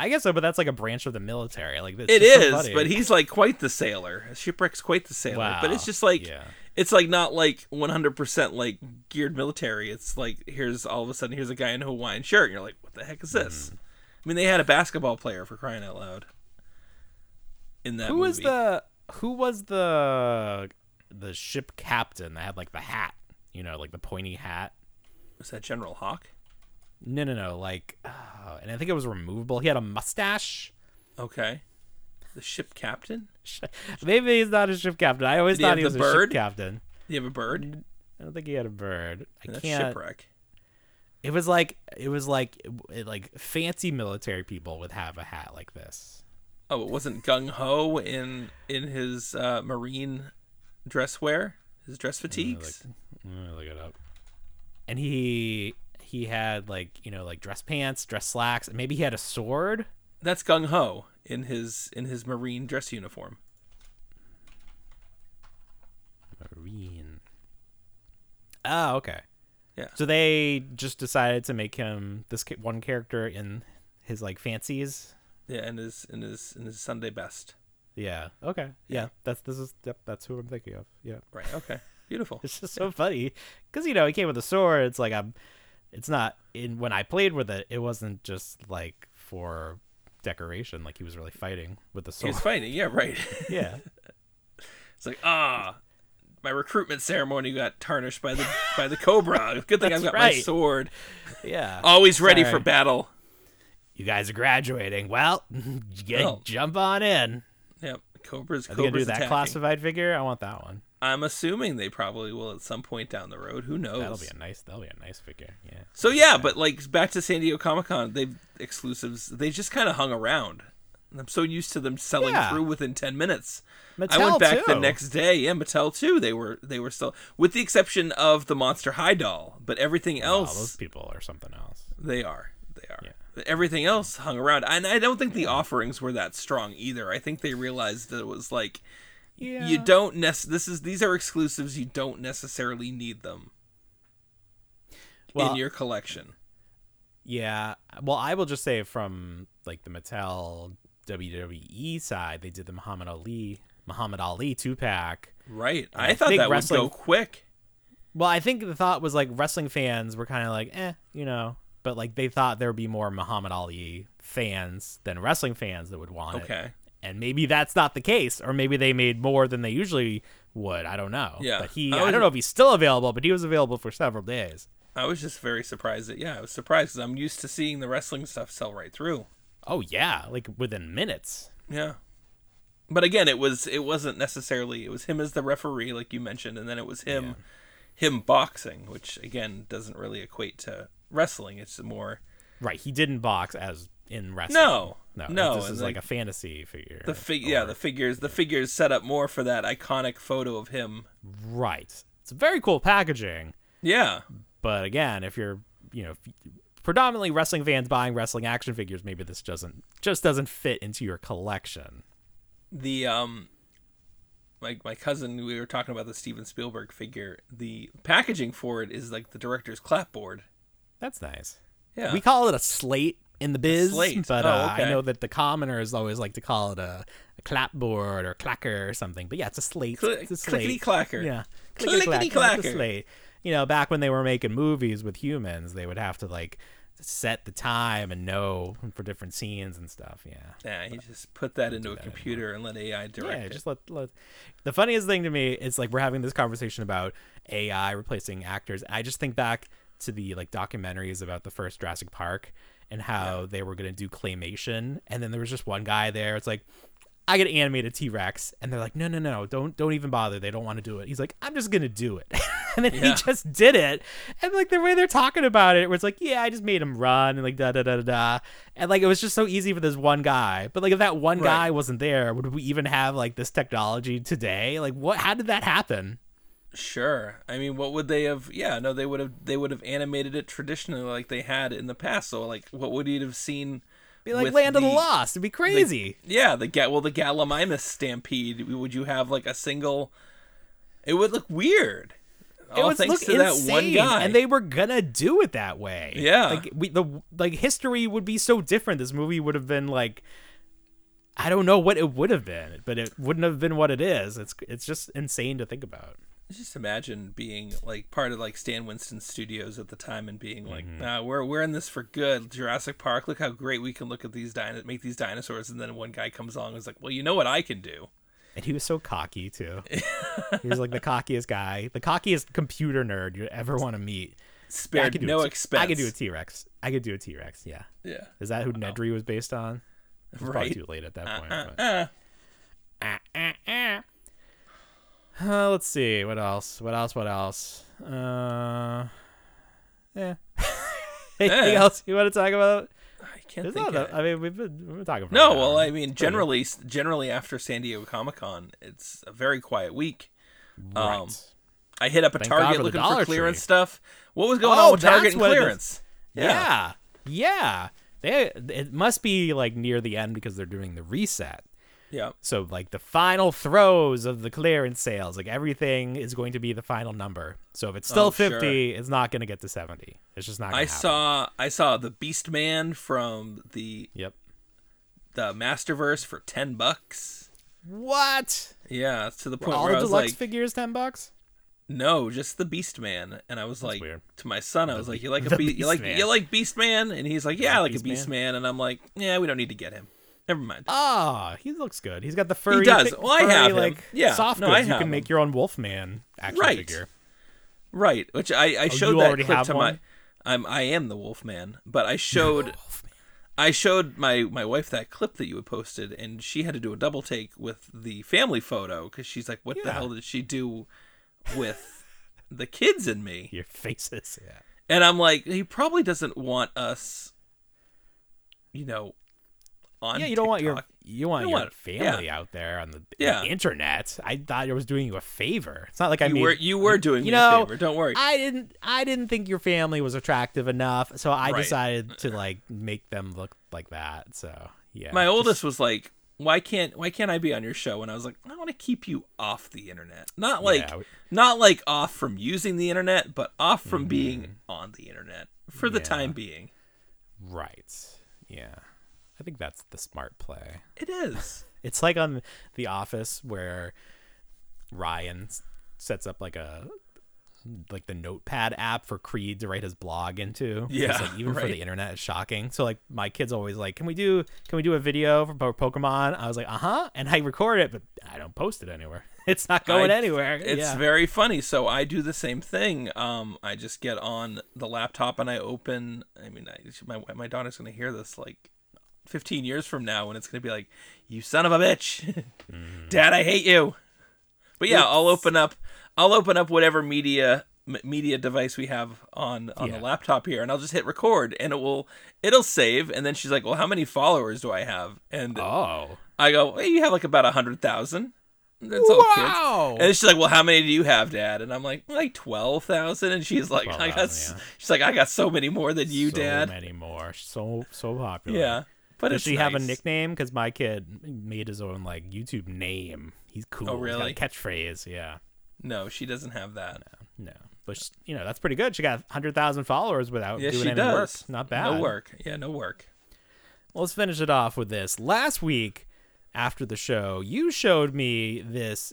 C: I guess so, but that's like a branch of the military. Like it's
E: it
C: just so
E: is,
C: funny.
E: but he's like quite the sailor. Shipwreck's quite the sailor. But
C: Wow,
E: it's just like
C: yeah.
E: it's like not like 100% like geared military. It's like here's all of a sudden here's a guy in a Hawaiian shirt. And you're like, what the heck is this?
C: Mm-hmm.
E: I mean, they had a basketball player for crying out loud. In that
C: Who
E: movie.
C: was the who was the the ship captain that had like the hat? You know, like the pointy hat.
E: was that General Hawk?
C: No, no, no. Like, uh, and I think it was removable. He had a mustache.
E: Okay, the ship captain.
C: Maybe he's not a ship captain. I always
E: Did he
C: thought
E: have
C: he, was
E: the
C: a
E: bird?
C: ship captain.
E: You have a bird.
C: I don't think he had a bird. I
E: That's
C: can't.
E: shipwreck.
C: It was like it was like it, like fancy military people would have a hat like this.
E: Oh, it wasn't Gung Ho in in his uh, marine dress wear, his dress
C: Uh,
E: fatigues.
C: Let me look it up. And he he had like you know like dress pants, dress slacks, and maybe he had a sword.
E: That's Gung Ho in his in his marine dress uniform.
C: Green. Oh, okay.
E: Yeah.
C: So they just decided to make him this ca- one character in his like fancies.
E: Yeah, and his and his and his Sunday best.
C: Yeah. Okay. Yeah. That's this is yep, that's who I'm thinking of. Yeah.
E: Right. Okay. Beautiful.
C: It's just so funny because you know he came with a sword. It's like I'm. It's not in when I played with it. It wasn't just like for decoration. Like he was really fighting with the
E: He
C: sword.
E: was fighting. Yeah. Right.
C: yeah.
E: It's like ah, my recruitment ceremony got tarnished by the by the cobra. Good thing I've got
C: That's
E: my
C: right.
E: sword.
C: Yeah.
E: Always ready for
C: Sorry.
E: battle.
C: Oh, You guys are graduating. Well, get,
E: Oh.
C: jump on in.
E: Yep. Cobra's
C: Are they
E: cobra's
C: gonna do that
E: attacking.
C: classified figure? I want that one.
E: I'm assuming they probably will at some point down the road. Who knows?
C: That'll be a nice. That'll be a nice figure. Yeah.
E: So yeah, but like back to San Diego Comic Con, they've exclusives. They just kind of hung around. And I'm so used to them selling
C: Yeah.
E: through within ten minutes. I
C: Mattel,
E: went back the
C: too.
E: next day. Yeah, Mattel too. They were they were still, with the exception of the Monster High doll, but everything
C: Oh,
E: else
C: those people are something else.
E: they are they are. Everything else hung around, and I don't think the offerings were that strong either. I think they realized that it was like
C: Yeah.
E: you don't nec- this is these are exclusives. You don't necessarily need them
C: Well,
E: in your collection.
C: Yeah. Well, I will just say from like the Mattel WWE side, they did the Muhammad Ali Muhammad Ali two pack.
E: Right.
C: And
E: I,
C: I
E: thought
C: think
E: that
C: wrestling-
E: would go quick.
C: Well, I think the thought was like wrestling fans were kind of like, eh, you know, but like they thought there would be more Muhammad Ali fans than wrestling fans that would want it.
E: Okay.
C: And maybe that's not the case, or maybe they made more than they usually would. I don't know.
E: Yeah.
C: But he,
E: I
C: I
E: was-
C: don't know if he's still available, but he was available for several days.
E: I was just very surprised that yeah, I was surprised 'cause I'm used to seeing the wrestling stuff sell right through.
C: Oh yeah, like within minutes.
E: Yeah. But again, it was it wasn't necessarily it was him as the referee like you mentioned and then it was him him boxing, which again doesn't really equate to wrestling. It's more
C: Right. He didn't box as in wrestling.
E: No.
C: No,
E: No,
C: This
E: and
C: is
E: the-
C: like a fantasy figure.
E: the fig- yeah, the figures the figures set up more for that iconic photo of him.
C: right. It's very cool packaging,
E: Yeah.
C: but again, if you're you know if- predominantly wrestling fans buying wrestling action figures, maybe this doesn't just doesn't fit into your collection.
E: the um my my cousin we were talking about the Steven Spielberg figure. The packaging for it is like the director's clapboard.
C: That's nice.
E: Yeah.
C: We call it a slate in the biz,
E: slate.
C: but
E: Oh,
C: uh,
E: okay.
C: I know that the commoners always like to call it a, a clapboard or clacker or something. But yeah, it's a slate.
E: Cl-
C: it's a slate.
E: clickety-clacker.
C: Yeah.
E: Clickety-clacker.
C: It's a slate. You know, back when they were making movies with humans, they would have to like set the time and know for different scenes and stuff. Yeah.
E: yeah, he just put that into a computer and let AI direct
C: Yeah,
E: it.
C: just let, let. The funniest thing to me is like we're having this conversation about AI replacing actors. I just think back to the like documentaries about the first Jurassic Park and how they were gonna do claymation, and then there was just one guy there. It's like. I get animated T Rex, and they're like, "No, no, no! Don't, don't even bother. They don't want to do it." He's like, "I'm just gonna do it," and then
E: Yeah.
C: he just did it. And like the way they're talking about it, where it's like, "Yeah, I just made him run," and like da da da da da, and like it was just so easy for this one guy. But like if that one
E: Right.
C: guy wasn't there, would we even have like this technology today? Like what how did that happen?
E: Sure. I mean, what would they have? Yeah, no, they would have. They would have animated it traditionally, like they had in the past. So, like, what would you have seen?
C: Be like
E: with
C: Land of the Lost. It'd be crazy.
E: Yeah, the ga- well, the Gallimimus stampede. Would you have like a single? It would look weird.
C: it
E: All
C: would
E: thanks
C: look
E: to
C: insane,
E: that one guy.
C: and they were gonna do it that way.
E: Yeah.
C: like we the like history would be so different. This movie would have been like, I don't know what it would have been, but it wouldn't have been what it is. It's it's just insane to think about.
E: just imagine being like part of like Stan Winston Studios at the time and being like,
C: Mm-hmm.
E: nah, we're we're in this for good. Jurassic Park, look how great we can look at these dino make these dinosaurs, and then one guy comes along and is like, well, you know what I can do?
C: And he was so cocky too. he was like the cockiest guy, the cockiest computer nerd you ever want to meet. Yeah, I
E: Spared
C: could do
E: no
C: a t-
E: expense.
C: I could do a T Rex. I could do a T Rex. Yeah.
E: Yeah,
C: Is that who Nedry was based on? It's probably
E: Right. Uh-uh, uh.
C: too late at that point. but- Ah, ah, ah. Uh, let's see. What else? What else? What else? Uh, yeah. Anything
E: Eh.
C: else you want to talk about?
E: I can't
C: There's
E: think.
C: not
E: Of
C: that-
E: it.
C: I mean, we've been, we've been talking. For
E: No,
C: an
E: well,
C: hour.
E: I mean, generally, generally after San Diego Comic Con, it's a very quiet week. um,
C: Right.
E: I hit up a
C: Thank God
E: Target
C: for the
E: looking
C: Dollar
E: for clearance
C: Tree.
E: stuff. What was going on
C: Oh,
E: with Target
C: that's
E: and
C: what it is.
E: clearance?
C: Yeah. Yeah. They, it must be like near the end because they're doing the reset.
E: Yeah.
C: So like the final throws of the clearance sales, like everything is going to be the final number. So if it's still
E: Oh, sure.
C: 50, it's not going to get to 70. It's just not. Gonna
E: I
C: happen.
E: saw I saw the Beast Man from the
C: Yep.
E: the Masterverse for ten bucks.
C: What?
E: Yeah, it's to the point
C: All
E: where I was
C: deluxe
E: like,
C: figures, 10 bucks.
E: no, just the Beast Man. And I was like,
C: weird.
E: to my son, I was like, you like
C: the
E: a be- you
C: Beast
E: like
C: Man.
E: you like Beast Man? And he's like, yeah, I like a
C: Beast
E: Beast Man. And I'm like, yeah, we don't need to get him. Never mind.
C: Ah, he looks good. He's got the furry.
E: does.
C: fi-
E: Well, I
C: furry,
E: have him.
C: like
E: Yeah.
C: soft
E: No,
C: goods.
E: I
C: you
E: have
C: can
E: him.
C: make your own Wolfman action
E: Right.
C: figure.
E: Right, which I, I showed
C: Oh, you
E: that
C: already
E: clip
C: have
E: to my
C: one?
E: I'm I am the Wolfman, but I showed I showed my my wife that clip that you had posted and she had to do a double take with the family photo cuz she's like what the
C: Yeah.
E: hell did she do with the kids and me?
C: Your faces. Yeah.
E: And I'm like he probably doesn't want us you know on
C: yeah, you don't want your
E: TikTok.
C: you want
E: don't
C: your
E: want-
C: family
E: yeah.
C: out there on the, the
E: Yeah.
C: internet. I thought I was doing you a favor. It's not like I
E: you
C: made
E: were you were doing
C: you
E: me
C: know,
E: a favor. Don't worry.
C: I didn't I didn't think your family was attractive enough, so I
E: Right.
C: decided to like make them look like that. So yeah,
E: my
C: just-
E: oldest was like why can't why can't i be on your show and i was like i want to keep you off the internet not like
C: we-
E: not like off from using the internet but off from
C: Mm-hmm.
E: being on the internet for the time being
C: right. Yeah, I think that's the smart play.
E: it is
C: It's like on The Office where Ryan s- sets up like a like the notepad app for Creed to write his blog into. 'Cause,
E: Yeah,
C: like, even for
E: right.
C: the internet, it's shocking. So like my kids always like, can we do can we do a video for po- Pokemon? I was like, uh huh, and I record it, but I don't post it anywhere. It's not going
E: I-
C: anywhere.
E: it's
C: yeah.
E: very funny so i do the same thing um i just get on the laptop and i open i mean I, my, my daughter's gonna hear this like 15 years from now and it's gonna be like you son of a bitch dad i hate you but yeah i'll open up i'll open up whatever media m- media device we have on on the
C: Yeah.
E: laptop here and i'll just hit record and it will it'll save and then she's like well how many followers do i have and
C: oh
E: I go, well, you have like about a hundred thousand. That's all
C: Wow.
E: kids. And she's like, well, how many do you have, Dad? And I'm like, like twelve thousand. And she's like, I got, s
C: 12,000, yeah.
E: she's like, I got so many more than you,
C: so
E: Dad.
C: many more. So so popular.
E: Yeah, but
C: Does
E: it's
C: she have a
E: nice.
C: nickname? Because my kid made his own like YouTube name. He's cool. He's got a
E: Oh, really?
C: catchphrase. Yeah.
E: No, she doesn't have that.
C: No, but sh you know that's pretty good. She got hundred thousand followers without
E: Yes,
C: doing
E: she
C: any
E: does.
C: work. Not bad.
E: No work. Yeah, no work.
C: Well, let's finish it off with this. Last week, after the show, you showed me this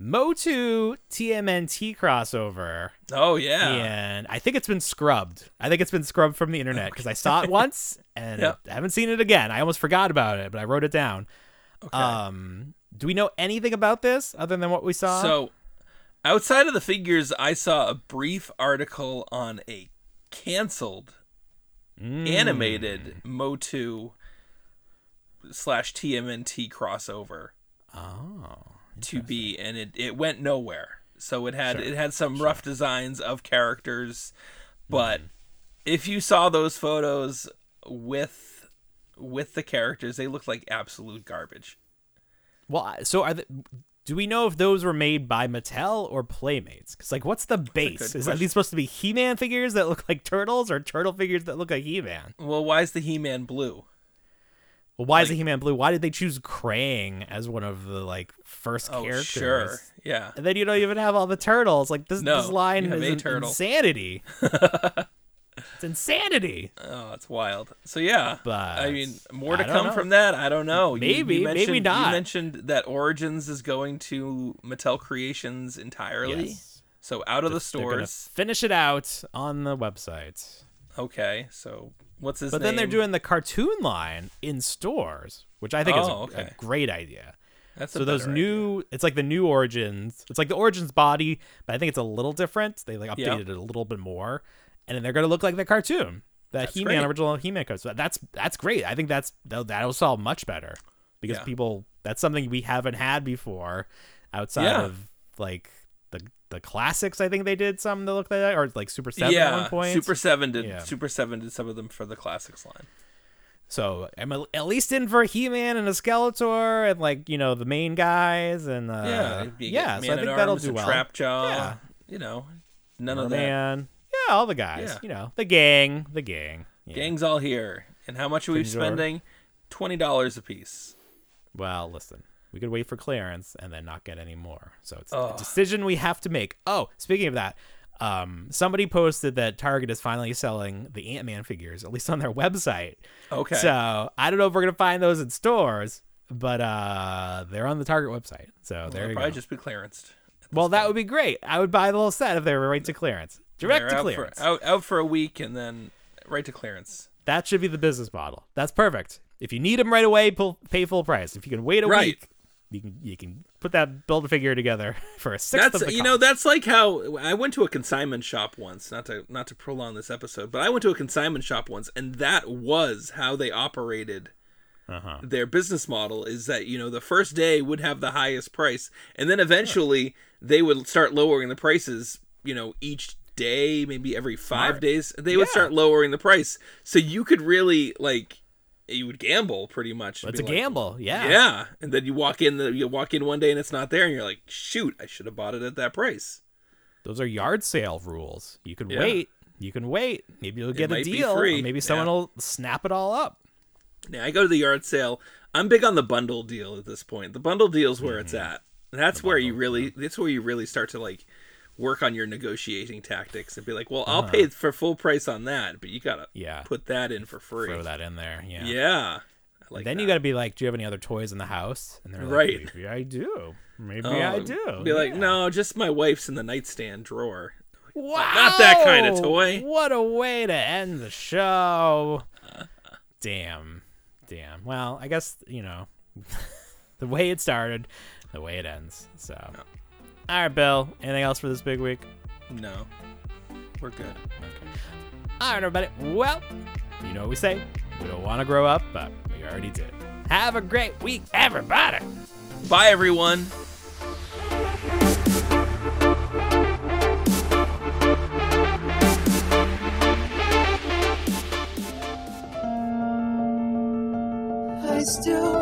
C: Motu TMNT crossover,
E: Oh yeah.
C: and I think it's been scrubbed. I think it's been scrubbed from the internet because I saw it once and
E: Yep.
C: I haven't seen it again. I almost forgot about it, but I wrote it down.
E: Okay.
C: Um, do we know anything about this other than what we saw?
E: So, outside of the figures, I saw a brief article on a canceled
C: Mm.
E: animated Motu slash TMNT crossover. Oh. To be, and it, it went nowhere. So it had it had some rough designs of characters, but
C: Mm-hmm.
E: if you saw those photos with with the characters, they looked like absolute garbage.
C: Well, I- so are the, do we know if those were made by Mattel or Playmates? Because like, what's the base? Is are
E: question.
C: these supposed to be He-Man figures that look like turtles, or turtle figures that look like He-Man?
E: Well, why is the He-Man blue?
C: Well, why is the He-Man blue? Why did they choose Krang as one of the like first
E: Oh,
C: characters?
E: sure, yeah.
C: And then you don't even have all the turtles. Like this,
E: No,
C: this line
E: you have
C: is
E: a
C: in-
E: turtle.
C: insanity. it's insanity.
E: Oh, it's wild. So yeah,
C: But,
E: I mean, more to
C: I don't
E: come
C: know.
E: from that. I don't know. You-
C: Maybe,
E: you,
C: maybe
E: mentioned,
C: not.
E: You mentioned that Origins is going to Mattel Creations entirely.
C: Yes.
E: So out of the
C: They're gonna
E: stores.
C: finish it out on the website.
E: Okay. So what's his
C: But
E: name?
C: then they're doing the cartoon line in stores, which I think is a,
E: Oh,
C: a
E: okay.
C: great idea.
E: That's a
C: so those
E: better idea.
C: new, it's like the new origins. It's like the origins body, but I think it's a little different. They like updated
E: Yeah.
C: it a little bit more, and then they're gonna look like the cartoon, that He-Man
E: great.
C: original He-Man code. So that's that's great. I think that's that'll, that'll sell much better because
E: Yeah.
C: people that's something we haven't had before outside
E: Yeah.
C: of like the the classics. I think they did some that looked like that, or like Super Seven
E: yeah,
C: at one point.
E: Super Seven did
C: Yeah.
E: Super Seven did some of them for the classics line.
C: So I'm a- at least in for He-Man and a Skeletor and like you know the main guys and uh, yeah,
E: yeah, you get
C: So I think
E: Man-at-Arms
C: that'll do
E: and
C: well.
E: Trap Jaw.
C: Yeah.
E: You know, none of that.
C: Man, yeah, all the guys,
E: Yeah.
C: you know, the gang, the gang, yeah.
E: Gang's all here. And how much are we
C: Things are-
E: spending? Twenty dollars a piece.
C: Well, listen, we could wait for clearance and then not get any more. So it's
E: Ugh.
C: a decision we have to make. Oh, speaking of that, um, somebody posted that Target is finally selling the Ant Man figures, at least on their website.
E: Okay.
C: So I don't know if we're gonna find those in stores, but uh, they're on the Target website. So there
E: They'll
C: you
E: probably
C: go.
E: just be clearanced.
C: well, that would be great. I would buy the whole set if they were right to clearance, direct
E: They're
C: to
E: out
C: clearance.
E: For, out, out for a week and then right to clearance.
C: That should be the business model. That's perfect. If you need them right away, pull, pay full price. If you can wait a
E: Right.
C: week, you can you can put that build a figure together for a sixth
E: That's
C: of the
E: you know
C: cost.
E: that's like how I went to a consignment shop once. Not to not to prolong this episode, but I went to a consignment shop once, and that was how they operated. Their business model is that you know the first day would have the highest price, and then eventually they would start lowering the prices. You know each day, maybe every five days, they would
C: Yeah.
E: start lowering the price. So you could really like you would gamble pretty much. and
C: it's a
E: be like,
C: gamble. Yeah.
E: yeah, and then you walk in the you walk in one day and it's not there, and you're like, shoot, I should have bought it at that price.
C: Those are yard sale rules. You can
E: Yeah.
C: wait. You can wait. Maybe you'll get a
E: might be
C: deal. or
E: free.
C: maybe someone
E: Yeah.
C: will snap it all up.
E: Now I go to the yard sale. I'm big on the bundle deal at this point. The bundle deal's where it's
C: Mm-hmm.
E: at. That's where you really that's where you really start to like work on your negotiating tactics and be like, well, I'll pay for full price on that, but you gotta
C: Uh-huh. Yeah.
E: put that in for free.
C: Throw that in there. Yeah.
E: Yeah, I like
C: then you got
E: that.
C: to be like, do you have any other toys in the house? And they're like,
E: Right.
C: maybe I do. Maybe
E: Oh,
C: I do.
E: Be like,
C: Yeah.
E: no, just my wife's in the nightstand drawer.
C: Wow.
E: Not that kind of toy.
C: What a way to end the show. Damn. Damn. Well, I guess, you know, the way it started, the way it ends. So. All right, Bill. Anything else for this big week?
E: No, we're good.
C: All right, everybody. Well, you know what we say. We don't want to grow up, but we already did. Have a great week, everybody.
E: Bye, everyone.
B: I still